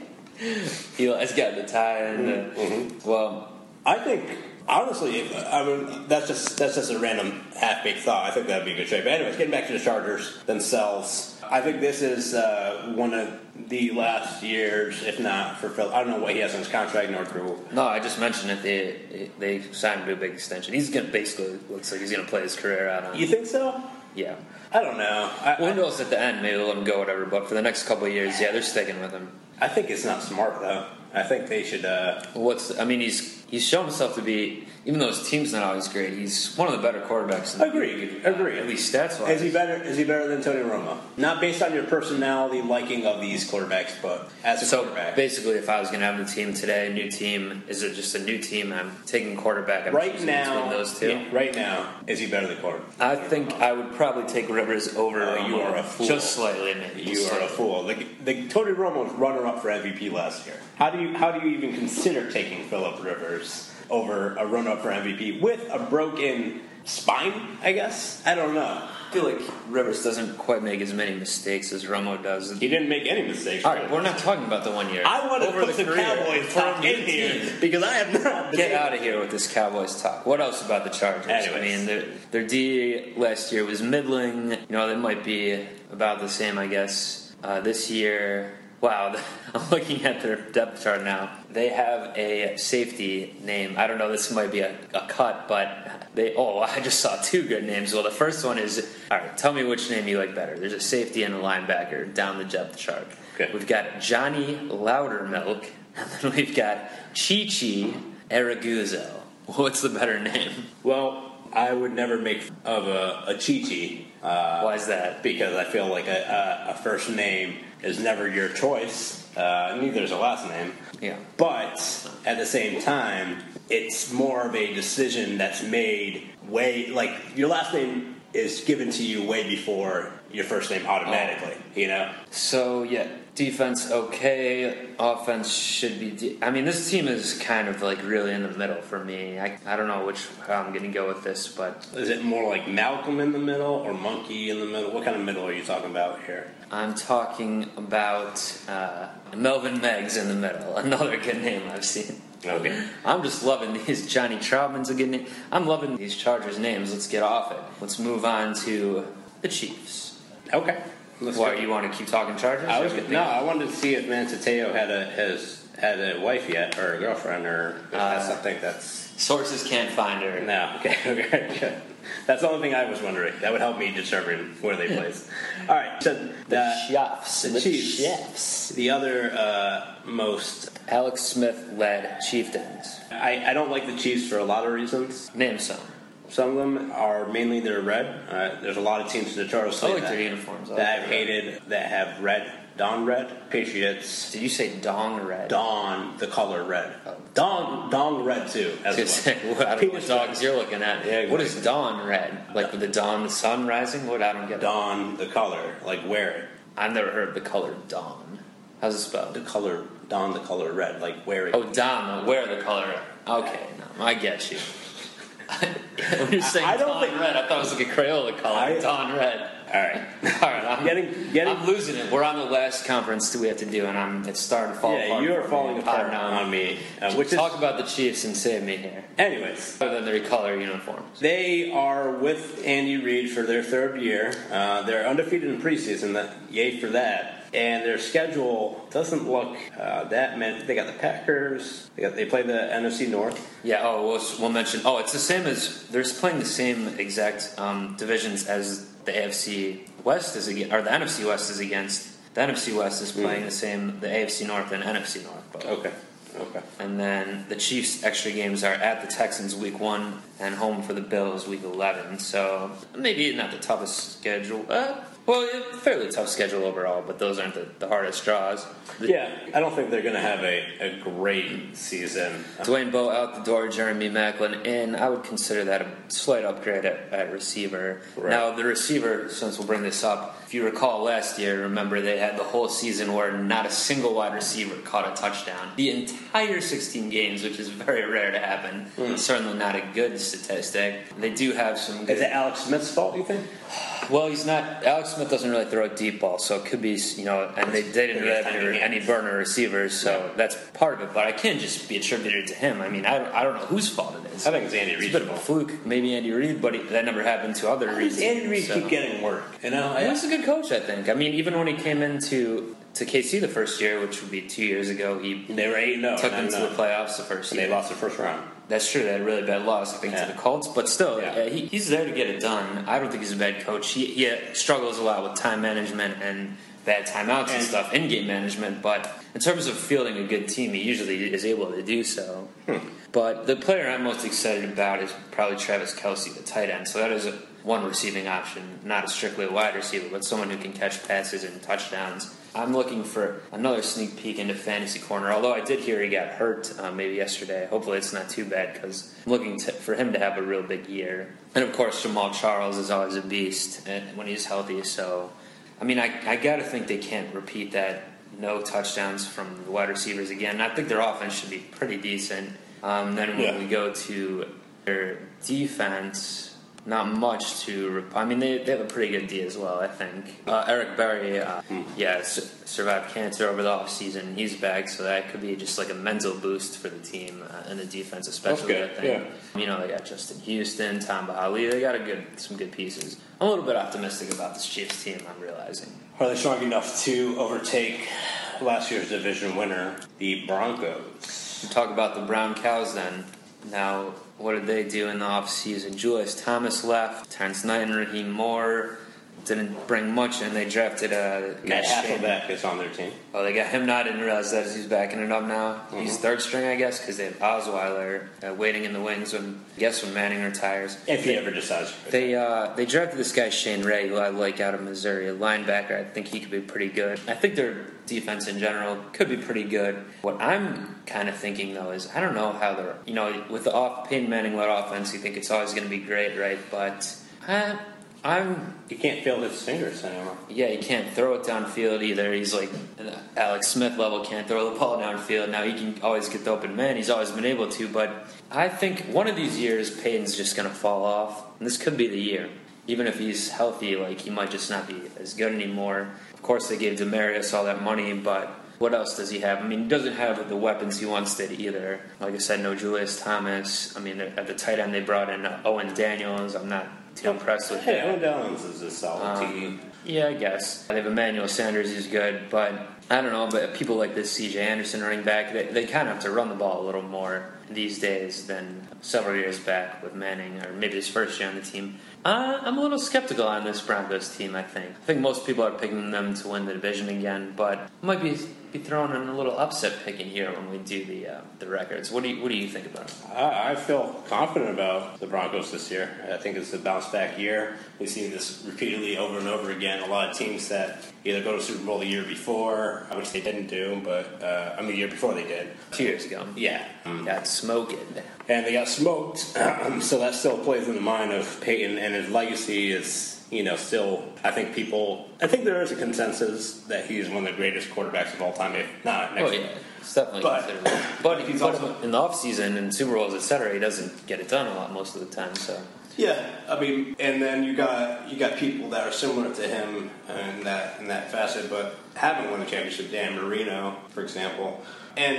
Eli's got the tie and the, well, I think honestly, if, I mean that's just that's just a random half baked thought. I think that'd be a good trade. But anyways, getting back to the Chargers themselves, I think this is uh, one of the last years, if not for Phil. I don't know what he has on his contract nor through. no, I just mentioned that they they signed him to a big extension. He's gonna basically looks like he's gonna play his career out on. You think so? Yeah, I don't know. I, I, Window's at the end. Maybe they'll let him go, whatever. But for the next couple of years, yeah, they're sticking with him. I think it's not smart though. I think they should. Uh, What's I mean, he's he's shown himself to be even though his team's not always great. He's one of the better quarterbacks. In the Agreed, league, agreed. At least stats is he wise. better? Is he better than Tony Romo? Not based on your personality liking of these quarterbacks, but as a So quarterback. basically, if I was going to have a team today, a new team, is it just a new team? I'm taking quarterback. I'm Right choosing now, between those two. yeah, right now, is he better than quarterback? I think I would probably take Rivers over. Oh, you Romo. are a fool. Just slightly, maybe. You Just are a slightly. fool. The, the Tony Romo was runner-up for MVP last year. How do you how do you even consider taking Philip Rivers over a runner-up for MVP with a broken spine? I guess I don't know. I feel like Rivers doesn't quite make as many mistakes as Romo does. He didn't make any mistakes. All right, we're not talking about the one year. I want to Over put the, career. Cowboys For a talk new in here team. because I have not. been Get able- out of here with this Cowboys talk. What else about the Chargers? I Anyways. mean, their, their D last year was middling. You know, they might be about the same, I guess. Uh, this year, wow, I'm looking at their depth chart now. They have a safety name. I don't know, this might be a, a cut, but they, oh, I just saw two good names. Well, the first one is, all right, tell me which name you like better. There's a safety and a linebacker down the depth chart. Okay. We've got Johnny Loudermilk, and then we've got Chichi Araguzo. What's the better name? Well, I would never make of a, a Chi-Chi uh, Why is that? because I feel like a, a, a first name is never your choice. Uh, neither is a last name. Yeah. But at the same time, it's more of a decision that's made way like your last name is given to you way before your first name automatically. You know, So, yeah, defense okay, offense should be. De- I mean, this team is kind of like really in the middle for me. I, I don't know which how I'm going to go with this, but is it more like Malcolm in the middle or Monkey in the middle? What kind of middle are you talking about here? I'm talking about uh, Melvin Meggs in the middle. Another good name I've seen. Okay. I'm just loving these. Johnny Troutman's a good name. I'm loving these Chargers names. Let's get off it. Let's move on to the Chiefs. Okay. Let's Why go. you want to keep talking Chargers? I was no, I wanted to see if Mansateo had a has had a wife yet or a girlfriend or if Uh, that's something that's Sources can't find her. No. Okay. Okay. Good. That's the only thing I was wondering. That would help me determine where they place. All right. So the, Chiefs. the Chiefs. The other uh, most, Alex Smith led Chieftains. I, I don't like the Chiefs for a lot of reasons. Name some. Some of them are mainly they're red. Uh, there's a lot of teams in the Charles I like their uniforms. I like that their I've red. hated that have red, Don red, Patriots. Did you say Dong Red? Don the color red. Dong Dong red too. I was As gonna say, well, I don't know what Penis dogs you're looking at. Yeah, What is dawn red? Like with the dawn, the sun rising? What? I don't get well. it. Don the color, like wear it. I've never heard the color dawn. How's it The spelled? color Don the color red, like wear it. Oh, dawn. Where the color? Okay, no, I get you. when you're saying I don't dawn think- red, I thought it was like a Crayola color. I- dawn red. All right. All right, I'm Getting- getting- I'm losing it. We're on the last conference that we have to do, and I'm it's starting to fall Yeah, apart. you are for falling me. um, I apart know. on me. Uh, which is, Talk about the Chiefs and save me here. anyways, Other than their color uniforms, they are with Andy Reid for their third year. Uh, they're undefeated in preseason. That yay for that. and their schedule doesn't look uh, that meant. They got the Packers. They, got, they play the NFC North. Yeah. Oh, we'll, we'll mention. Oh, it's the same as they're playing the same exact um, divisions as the AFC West is against, or the NFC West is against. The NFC West is playing the same. The AFC North and NFC North. But, Okay. Okay. And then the Chiefs' extra games are at the Texans week one and home for the Bills week eleven. So maybe not the toughest schedule. Uh, well, yeah, fairly tough schedule overall, but those aren't the, the hardest draws. The- Yeah, I don't think they're going to have a, a great season. Dwayne Bowe out the door, Jeremy Macklin in. I would consider that a slight upgrade at, at receiver. Right. Now, the receiver, since we'll bring this up, if you recall last year, remember they had the whole season where not a single wide receiver caught a touchdown. The entire 16 games, which is very rare to happen, certainly not a good statistic. They do have some good. Is it Alex Smith's fault? You think? Well, he's not. Alex Smith doesn't really throw a deep ball, so it could be, you know, and they, they didn't Could be really have any, timing any burner receivers, so that's part of it. But I can just be attributed to him. I mean, I, don't- I don't know whose fault it is. I think it's Andy It's Reid's a bit of a fluke, maybe Andy Reid, but he- that never happened to other Does reasons. Andy Reid so. keep getting work? uh, You know, He I, was a good coach, I think. I mean, even when he came into to KC the first year, which would be two years ago, he they were eight zero, took them to the playoffs the first and year. they lost the first round. That's true. They had a really bad loss, I think, Yeah. to the Colts. But still, Yeah. uh, he, he's there to get it done. I don't think he's a bad coach. He, he uh, struggles a lot with time management and bad timeouts and, And- stuff, in game management. But in terms of fielding a good team, he usually is able to do so. Hmm. But the player I'm most excited about is probably Travis Kelsey, the tight end. So that is a, one receiving option, not a strictly wide receiver, but someone who can catch passes and touchdowns. I'm looking for another sneak peek into fantasy corner. Although I did hear he got hurt uh, maybe yesterday. Hopefully it's not too bad because I'm looking to, for him to have a real big year. And of course, Jamal Charles is always a beast uh, when he's healthy. So, I mean, I, I got to think they can't repeat that no touchdowns from the wide receivers again. I think their offense should be pretty decent. Um, then when Yeah. we go to their defense, not much to. Rep- I mean, they, they have a pretty good D as well, I think. Uh, Eric Berry, uh, yeah, su- survived cancer over the offseason. He's back, so that could be just like a mental boost for the team uh, and the defense, especially. good, I think. You know, they got Justin Houston, Tom Bahali. They got a good some good pieces. I'm a little bit optimistic about this Chiefs team. I'm realizing. Are they strong enough to overtake last year's division winner, the Broncos? We talk about the brown cows then. Now, what did they do in the offseason? Julius Thomas left, Terrence Knight and Raheem Moore didn't bring much, and they drafted a Matt Hasselbeck is on their team. Oh, they got him. Not I didn't realize that he's backing it up now. He's third string, I guess, because they have Osweiler uh, waiting in the wings. When I guess when Manning retires, If he ever decides. They uh, they drafted this guy Shane Ray, who I like out of Missouri, a linebacker. I think he could be pretty good. I think their defense in general could be pretty good. What I'm kind of thinking though is I don't know how they're you know with the off Peyton Manning led offense, you think it's always going to be great, right? But uh, I'm He can't feel his fingers anymore. yeah, he can't throw it downfield either. He's like an Alex Smith level, can't throw the ball downfield. Now he can always get the open man. He's always been able to, but I think one of these years Payton's just going to fall off. And this could be the year. Even if he's healthy, like he might just not be as good anymore. Of course, they gave Demarius all that money, but what else does he have? I mean, he doesn't have the weapons he once did either. Like I said, no Julius Thomas. I mean, at the tight end they brought in Owen Daniels. I'm not too impressed with Hey, him. Owen Downs is a solid team. Yeah, I guess. They have Emmanuel Sanders, he's good, but I don't know, but people like this CJ Anderson running back, they, they kind of have to run the ball a little more these days than several years back with Manning, or maybe his first year on the team. Uh, I'm a little skeptical on this Broncos team, I think. I think most people are picking them to win the division again, but might be be throwing in a little upset pick in here when we do the uh, the records. What do you what do you think about it? I, I feel confident about the Broncos this year. I think it's a bounce back year. We've seen this repeatedly over and over again. A lot of teams that either go to Super Bowl the year before, which they didn't do, but uh, I mean, the year before they did. Two years ago. Yeah. Got smoked. And they got smoked. so that still plays in the mind of Peyton, and his legacy is, you know, still, I think people, I think there is a consensus that he's one of the greatest quarterbacks of all time, if not next Oh, yeah. It's definitely But- considerable. But, he's but also- in the off season and Super Bowls, etc., he doesn't get it done a lot most of the time. So Yeah, I mean, and then you got you got people that are similar to him in that in that facet, but haven't won a championship. Dan Marino, for example, and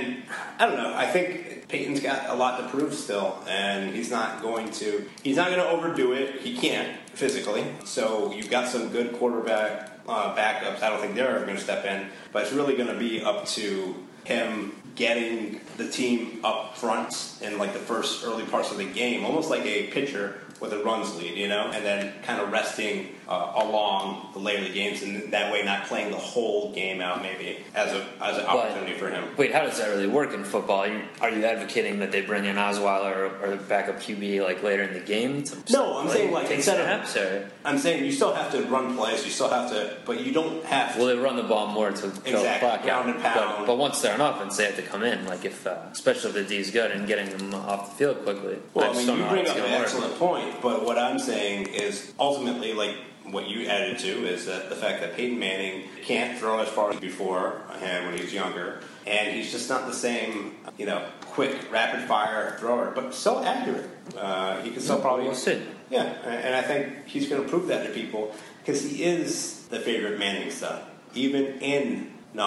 I don't know. I think Peyton's got a lot to prove still, and he's not going to he's not going to overdo it. He can't physically. So you've got some good quarterback uh, backups. I don't think they're ever going to step in, but it's really going to be up to him getting the team up front in like the first early parts of the game, almost like a pitcher with a runs lead, you know, and then kind of resting uh, along the later of the games, and that way not playing the whole game out maybe as a as an opportunity for him. wait, how does that really work in football? Are you, are you advocating that they bring in Osweiler or, or the backup QB like later in the game? To No, I'm saying, like, take instead of- snaps, or I'm saying you still have to run plays, you still have to, but you don't have to. will they run the ball more to kill the Exactly, clock? out? ground and But, pound. but once they're on offense, they have to come in. Like if, uh, especially if the D's good and getting them off the field quickly. Well, I I just mean, don't you know how bring it's up an gonna work. excellent point, but what I'm saying is ultimately, like what you added to is that the fact that Peyton Manning can't throw as far as before and when he was younger, and he's just not the same, you know, quick, rapid fire thrower, but so accurate. Uh, he can still probably We'll see. yeah, and and I think he's going to prove that to people because he is the favorite Manning son, even in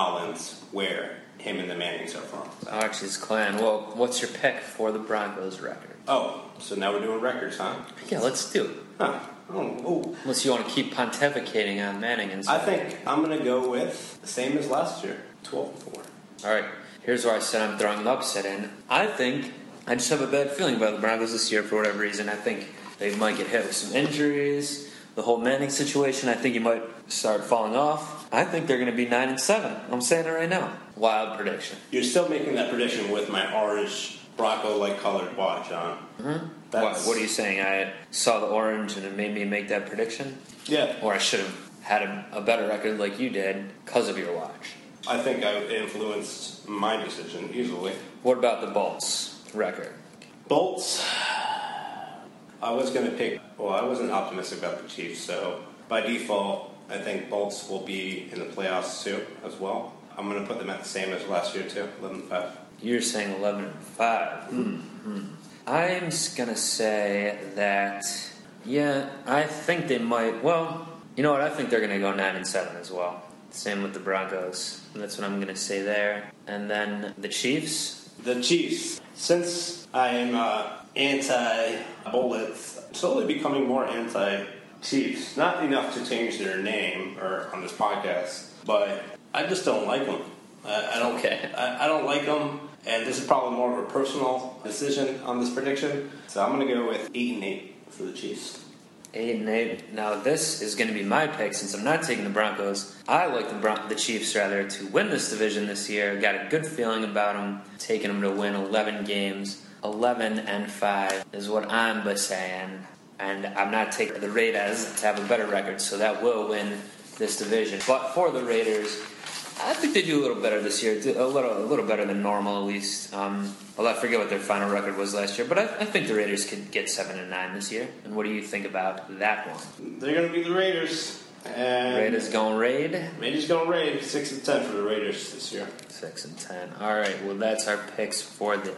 Nolans, where him and the Mannings are from. Archie's clan. Well, what's your pick for the Broncos record? Oh, so now we're doing records, huh? Yeah, let's do it. Huh. Oh, oh. Unless you want to keep pontificating on Manning and I stuff. think I'm gonna go with the same as last year, 12-4. All right, here's where I said I'm throwing an upset in. I think I just have a bad feeling about the Broncos this year for whatever reason. I think they might get hit with some injuries. The whole Manning situation, I think he might start falling off. I think they're going to be nine and seven. I'm saying it right now. Wild prediction. You're still making that prediction with my orange Bronco-like colored watch on. Mm-hmm. What, what are you saying? I saw the orange and it made me make that prediction, Yeah, or I should have had a, a better record like you did because of your watch. I think I influenced my decision easily. What about the Bolts record? Bolts. I was gonna pick. Well, I wasn't optimistic about the Chiefs, so by default, I think Bolts will be in the playoffs too, as well. I'm gonna put them at the same as last year too, 11-5. You're saying 11 and 5. Hmm, hmm. I'm just going to say that, yeah, I think they might. Well, you know what? I think they're going to go 9 and 7 as well. Same with the Broncos. That's what I'm going to say there. And then the Chiefs. The Chiefs. Since I am uh, anti bullets, slowly becoming more anti Chiefs. Not enough to change their name or on this podcast, but I just don't like them. I, I don't. Okay. I, I don't like them, and this is probably more of a personal decision on this prediction. So I'm going to go with eight and eight for the Chiefs. 8 and 8. Now, this is going to be my pick since I'm not taking the Broncos. I like the, Bron- the Chiefs, rather, to win this division this year. Got a good feeling about them, taking them to win 11 games. 11 and 5 is what I'm but saying. And I'm not taking the Raiders to have a better record, so that will win this division. But for the Raiders, I think they do a little better this year, do- a little a little better than normal at least. Um, well, I forget what their final record was last year, but I, I think the Raiders could get seven and nine this year. And what do you think about that one? They're going to be the Raiders. And Raiders going raid Raiders going to raid six and ten for the Raiders this year. six and ten. All right, well that's our picks for the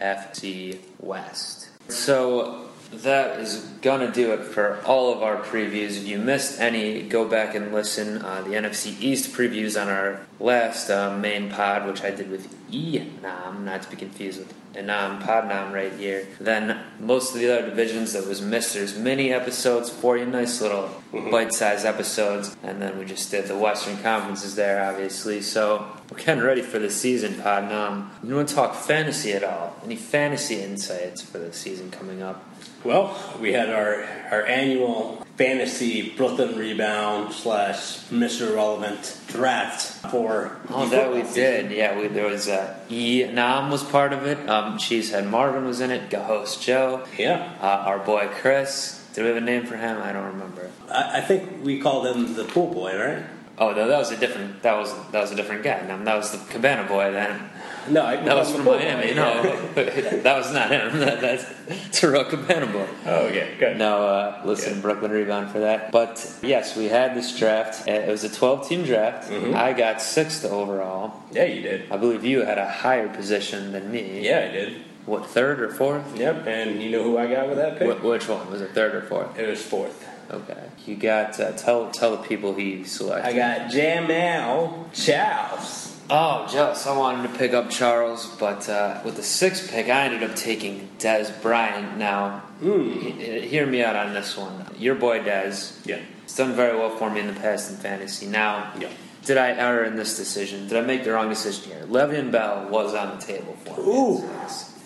AFC West. So that is gonna do it for all of our previews. If you missed any, go back and listen uh, the NFC East previews on our last uh, main pod, which I did with E Enam, not to be confused with Enam Podnam right here. Then most of the other divisions that was missed. There's mini episodes for you, nice little bite-sized episodes, and then we just did the Western Conferences there, obviously. So we're getting ready for the season, Podnam. You want to talk fantasy at all? Any fantasy insights for the season coming up? Well, we had our, our annual fantasy Brooklyn rebound slash Mr. Relevant draft for. Oh, the that we football did. Yeah, we, there was uh, E Nam was part of it. Um, Cheesehead Marvin was in it. Host Joe. season. Yeah, Uh, our boy Chris. Did we have a name for him? I don't remember. I, I think we called him the pool boy, right? Oh no, that was a different. That was that was a different guy. No, that was the Cabana boy. Then No, I that was from Miami. No, that was not him. That, that's it's a real Cabana boy. Oh, okay, good. No, uh, listen, Good. Brooklyn Rebound for that. But yes, we had this draft. Uh, It was a 12 team draft. Mm-hmm. I got sixth overall. Yeah, you did. I believe you had a higher position than me. Yeah, I did. What, third or fourth? Yep, and you know who I got with that pick? Wh- which one? Was it third or fourth? It was fourth. Okay. You got, uh, tell tell the people who you selected. I got Jamal Charles. Oh, jealous. I wanted to pick up Charles, but uh, with the sixth pick, I ended up taking Des Bryant. Now, Hmm. he- he- hear me out on this one. Your boy Des. Yeah. It's done very well for me in the past in fantasy. Now, Yeah. did I err in this decision? Did I make the wrong decision here? Le'Veon Bell was on the table for me. Ooh.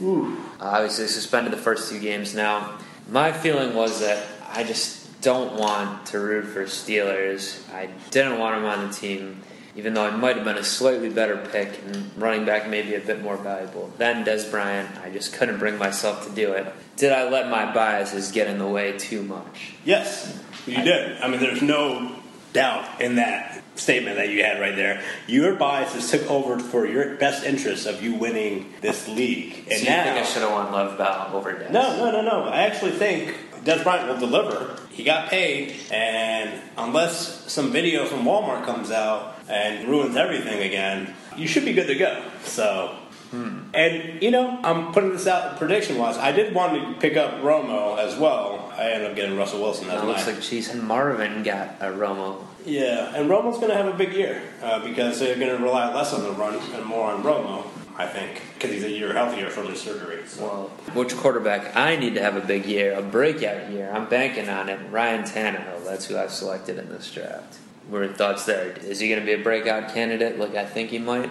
Ooh. Obviously suspended the first two games. Now, my feeling was that I just don't want to root for Steelers. I didn't want him on the team, even though I might have been a slightly better pick and running back maybe a bit more valuable than Des Bryant. I just couldn't bring myself to do it. Did I let my biases get in the way too much? Yes. You did. I mean, there's no doubt in that statement that you had right there. Your biases took over for your best interest of you winning this league. And so you now, think I should have won Love Bell over Des? no, no, no, no. I actually think Des Bryant will deliver. He got paid, and unless some video from Walmart comes out and ruins everything again, you should be good to go. So. Hmm. And you know, I'm putting this out prediction wise. I did want to pick up Romo as well. I ended up getting Russell Wilson. as It my looks like geez, and Marvin got a Romo. Yeah, uh, and Romo's going to have a big year uh, because they're going to rely less on the run and more on Romo, I think, because he's a year healthier for the surgery. So. Well, which quarterback I need to have a big year, a breakout year. I'm banking on it. Ryan Tannehill. That's who I've selected in this draft. What are your thoughts there? Is he going to be a breakout candidate? Like I think he might.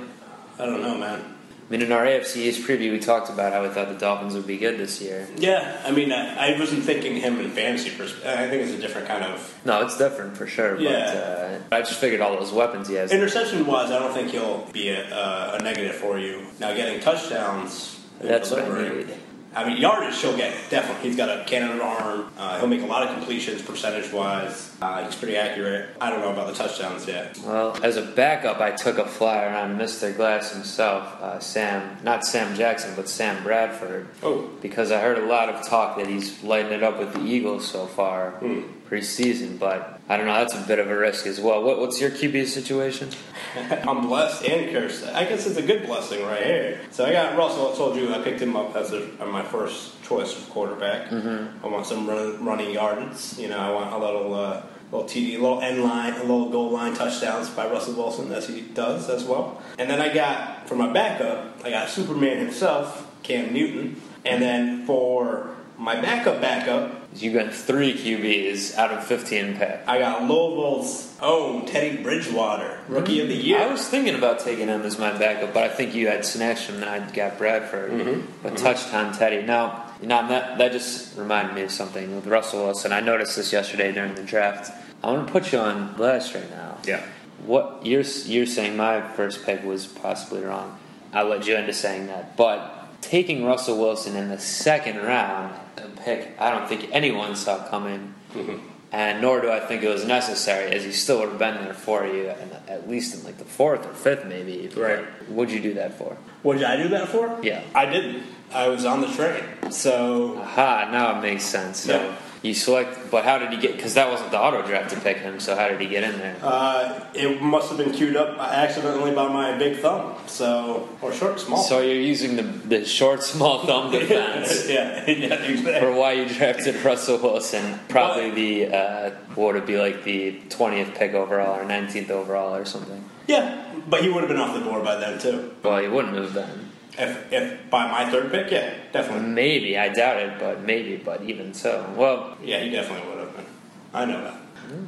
I don't know, man. I mean, in our AFC East preview, we talked about how we thought the Dolphins would be good this year. Yeah, I mean, I, I wasn't thinking him in fantasy perspective. I think it's a different kind of No, it's different for sure. Yeah. But uh, I just figured all those weapons he has. interception wise. I don't think he'll be a, uh, a negative for you. Now getting touchdowns, and That's what I delivering- need. I mean, yardage he'll get definitely. He's got a cannon arm. Uh, he'll make a lot of completions percentage wise. Uh, he's pretty accurate. I don't know about the touchdowns yet. Well, as a backup, I took a flyer on Mr. Glass himself, uh, Sam, not Sam Jackson, but Sam Bradford. Oh. Because I heard a lot of talk that he's lighting it up with the Eagles so far preseason, but I don't know, that's a bit of a risk as well. What, what's your QB situation? I'm blessed and cursed. I guess it's a good blessing right here. So I got Russell. I told you I picked him up as a, uh, my first choice of quarterback. I want some run, running yards. You know, I want a little uh, little TD, a little end line, a little goal line touchdowns by Russell Wilson as he does as well. And then I got for my backup, I got Superman himself, Cam Newton. And then for my backup backup, You got three QBs out of 15 picks. I got Louisville's own Teddy Bridgewater, rookie of the year. I was thinking about taking him as my backup, but I think you had snatched him, and I got Bradford, but touched on Teddy. Now, you know, that, that just reminded me of something with Russell Wilson. I noticed this yesterday during the draft. I want to put you on blast right now. Yeah. What you're you're saying? My first pick was possibly wrong. I'll let you into saying that, but taking Russell Wilson in the second round, a pick I don't think anyone saw coming, Mm-hmm. and nor do I think it was necessary, as he still would have been there for you, and at least in like the fourth or fifth, maybe. Right. What'd you do that for? What did I do that for? Yeah. I didn't. I was on the train. So Aha! Now it makes sense. So Yeah. you select, but how did he get? Because that wasn't the auto draft to pick him. So how did he get in there? uh, it must have been queued up accidentally by my big thumb. So or short, small. so you're using the the short, small thumb defense. yeah, yeah, for exactly. why you drafted Russell Wilson. Probably the uh, what would be like the twentieth pick overall or nineteenth overall or something. Yeah, but he would have been off the board by then too. Well, you wouldn't have been. If, if by my third pick, yeah, definitely. Maybe I doubt it, but maybe. But even so, well, Yeah, he definitely would have been. I know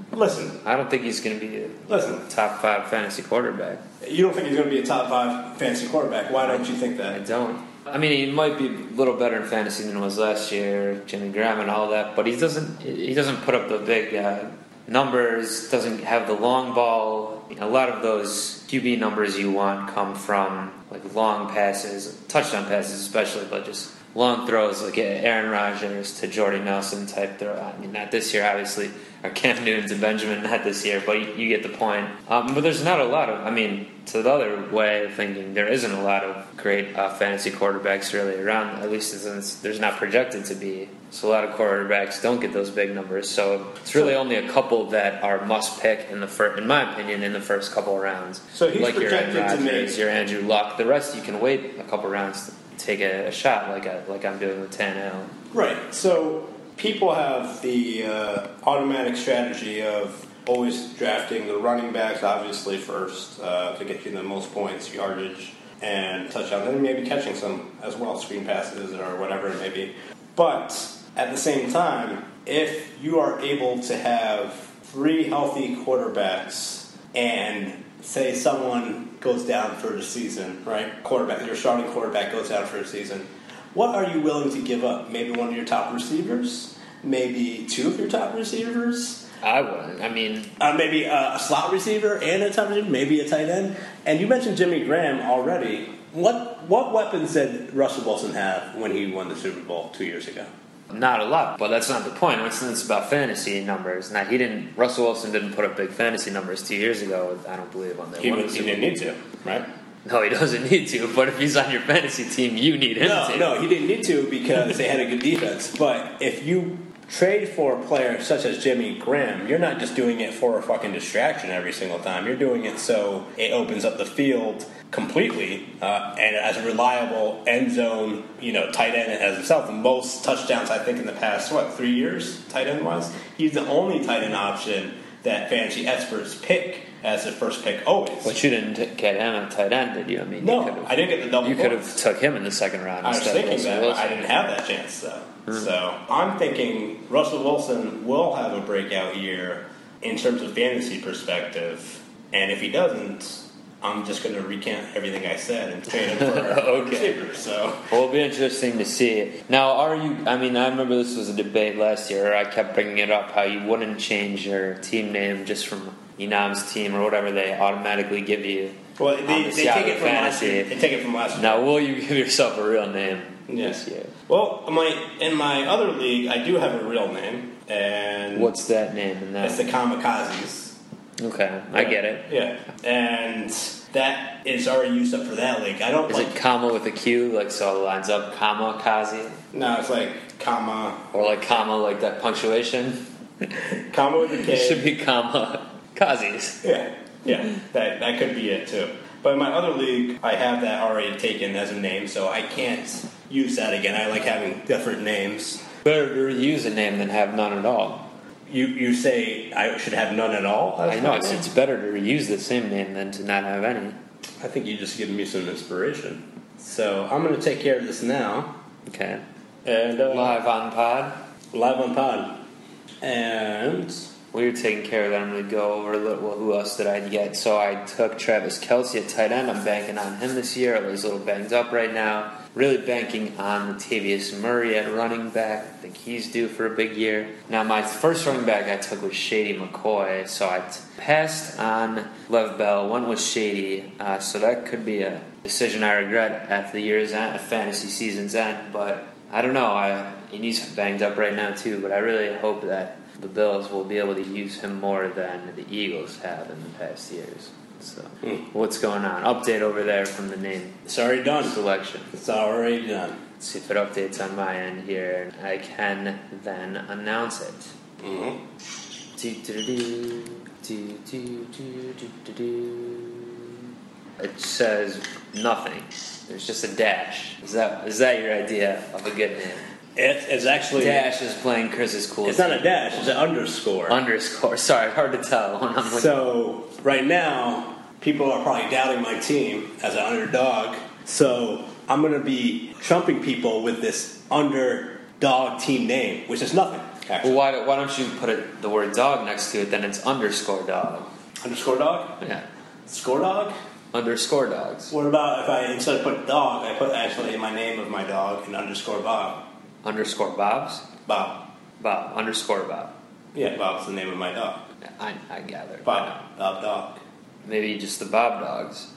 that. Listen, I don't think he's going to be a listen. top five fantasy quarterback. You don't think he's going to be a top five fantasy quarterback? Why don't you think I that? don't. I mean, he might be a little better in fantasy than he was last year, Jimmy Graham and all that, but he doesn't. He doesn't put up the big uh, numbers. Doesn't have the long ball. A lot of those QB numbers you want come from like long passes, touchdown passes especially, but just long throws like Aaron Rodgers to Jordy Nelson type throw. I mean, not this year, obviously, or Cam Newton to Benjamin, not this year, but you, you get the point. Um, but there's not a lot of, I mean, to the other way of thinking, there isn't a lot of great uh, fantasy quarterbacks really around, at least since there's not projected to be. So a lot of quarterbacks don't get those big numbers. So it's really only a couple that are must pick in the first, in my opinion, in the first couple rounds. So he's like your Aaron projected to make- Rodgers, your Andrew Luck. The rest you can wait a couple rounds to take a, a shot, like I, like I'm doing with Tannehill. Right. So people have the uh, automatic strategy of always drafting the running backs, obviously, first uh, to get you the most points, yardage, and touchdowns, and maybe catching some as well, screen passes or whatever it may be. But at the same time, if you are able to have three healthy quarterbacks and say someone goes down for the season, right? Quarterback, your starting quarterback goes down for the season. What are you willing to give up? Maybe one of your top receivers, maybe two of your top receivers, I wouldn't. I mean, uh, maybe uh, a slot receiver and a tight receiver, maybe a tight end. And you mentioned Jimmy Graham already. What what weapons did Russell Wilson have when he won the Super Bowl two years ago? not a lot, but that's not the point. It's, it's about fantasy numbers. Now he didn't. Russell Wilson didn't put up big fantasy numbers two years ago. I don't believe on that. He, would, he didn't need to, right? No, he doesn't need to. But if he's on your fantasy team, you need him No, to. no, he didn't need to because they had a good defense. But if you trade for a player such as Jimmy Graham, you're not just doing it for a fucking distraction every single time. You're doing it so it opens up the field completely uh, and as a reliable end zone, you know, tight end as himself. The most touchdowns I think in the past what three years, tight end wise, he's the only tight end option that fantasy experts pick as their first pick always. But you didn't t- get him at tight end, did you? I mean, you no, could've- I didn't get the double. You could books. have took him in the second round. I was instead of Hmm. thinking Russell that, but Wilson. I didn't have that chance though. So I'm thinking Russell Wilson will have a breakout year in terms of fantasy perspective, and if he doesn't, I'm just going to recant everything I said and trade him for okay. receiver. So Well, it'll be interesting to see. Now, are you? I mean, I remember this was a debate last year. I kept bringing it up how you wouldn't change your team name just from Enam's team or whatever they automatically give you. well, they, on they the take Seattle it from last year. They take it from last year. Now, will you give yourself a real name Yeah. this year? Well, my in my other league, I do have a real name, and What's that name? And it's that? the Kamikazes. Okay, I get it. Yeah, and that is already used up for that league. I don't Is like it comma with a Q, like so it lines up, comma Kazi, No, it's like comma, or like comma like that punctuation? comma with a K. It should be comma Kazis. yeah, yeah, that that could be it too. But in my other league, I have that already taken as a name, so I can't use that again. I like having different names. Better to use a name than have none at all. You you say I should have none at all. I know it's, it's better to reuse the same name than to not have any. I think you just given me some inspiration. So I'm gonna take care of this now Okay. and uh, Live on pod. live on pod. And We were taking care of that. I'm going to go over a little. Well, who else did I get? So I took Travis Kelsey at tight end. I'm banking on him this year. although He's a little banged up right now. Really banking on Latavius Murray at running back. I think he's due for a big year. Now, my first running back I took was Shady McCoy. So I t- passed on Lev Bell. One was Shady. Uh, so that could be a decision I regret at the year's end, at fantasy season's end. But I don't know. I, and he's banged up right now, too. But I really hope that the Bills will be able to use him more than the Eagles have in the past years. So, what's going on? Update over there from the name it's already done. selection. It's already done. Let's see if it updates on my end here. I can then announce it. Mm-hmm. Do-do-do-do, do-do-do-do-do-do. It says nothing. There's just a dash. Is that is that your idea of a good name? It's, it's actually Dash is playing Chris's cool. it's not a dash. It's an underscore. underscore. Sorry, hard to tell when I'm looking. So right now, people are probably doubting my team as an underdog. So I'm going to be trumping people with this underdog team name, which is nothing. Well, Actually. why, why don't you put it, the word dog next to it? Then it's underscore dog. Underscore dog, Yeah. score dog. Underscore dogs. What about if I instead of put dog, I put actually my name of my dog and underscore Bob. Underscore Bob's. Bob. Bob. Underscore Bob. Yeah, Bob's the name of my dog. I, I gather. Bob. Bob dog. Maybe just the Bob dogs.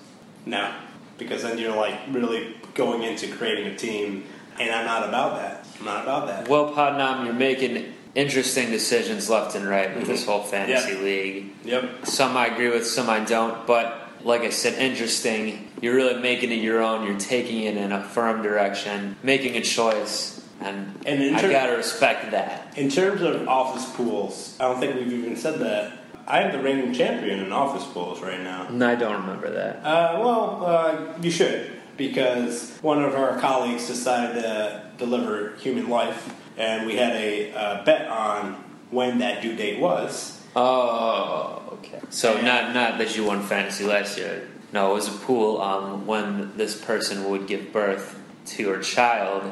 No, because then you're like really going into creating a team And I'm not about that. I'm not about that. Well, Podnam, you're making interesting decisions left and right with this whole fantasy Mm-hmm. Yeah. league. Yep. Some I agree with, some I don't. But like I said, interesting. You're really making it your own. You're taking it in a firm direction, making a choice, and, And in I turn- gotta respect that. In terms of office pools, I don't think we've even said that. I am the reigning champion in office pools right now. And I don't remember that. Uh, well, uh, you should, because one of our colleagues decided to deliver human life, and we had a uh, bet on when that due date was. Oh, okay. So Yeah. not not that you won fantasy last year. No, it was a pool on when this person would give birth to her child,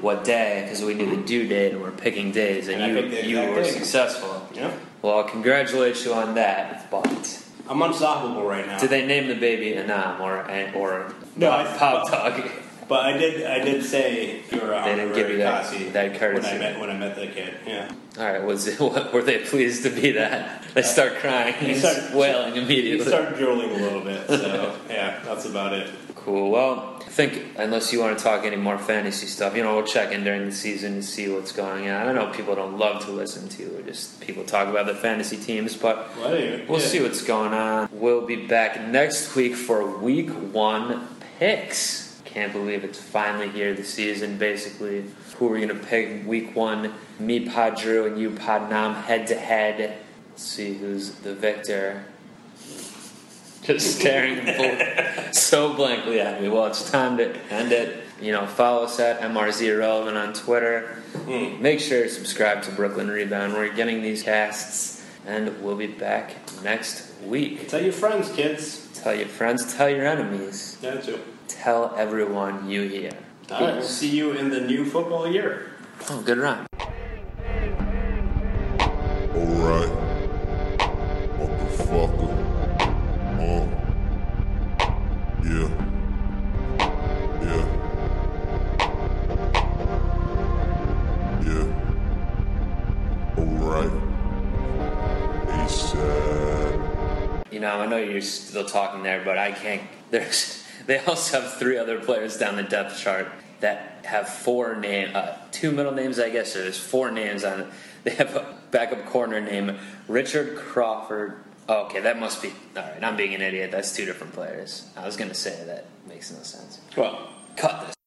what day? Because we knew the due date, and we're picking days, and, And I picked you the you exact were day. successful. Yeah. Well, I congratulate you on that. But I'm unstoppable right now. did they name the baby Anam or or No, Pop, I- Pop Dog? But I did. I did say you're on They didn't give you that- that courtesy. when I met when I met the kid. Yeah. All right, was it, what, were they pleased to be that? They start crying, He and started- wailing You immediately. start drooling a little bit, so yeah, that's about it. Cool. Well, I think unless you want to talk any more fantasy stuff, you know, we'll check in during the season to see what's going on. I know people don't love to listen to just people talk about their fantasy teams, but Well, anyway, we'll yeah. see what's going on. We'll be back next week for week one picks. Can't believe it's finally here this season, basically. Who are we going to pick week one? Me, Pod Drew, and you, Pod Nam, head to head. Let's see who's the victor. Just staring bl- so blankly at me. Well, it's time to end it. You know, follow us at MRZ Irrelevant on Twitter. Make sure to subscribe to Brooklyn Rebound. We're getting these casts, and we'll be back next week. Tell your friends, kids. Tell your friends, tell your enemies, That too. tell everyone you hear. All right, we'll see you in the new football year. Oh, good run. Alright. Motherfucker. Uh. Yeah. Yeah. Yeah. Alright. ASAP. You know, I know you're still talking there, but I can't. There's they also have three other players down the depth chart that have four name, uh, two middle names, I guess. So there's four names on. They have a backup corner named Richard Crawford. Oh, okay, that must be all right. I'm being an idiot. That's two different players. I was gonna say that makes no sense. Well, Cut this.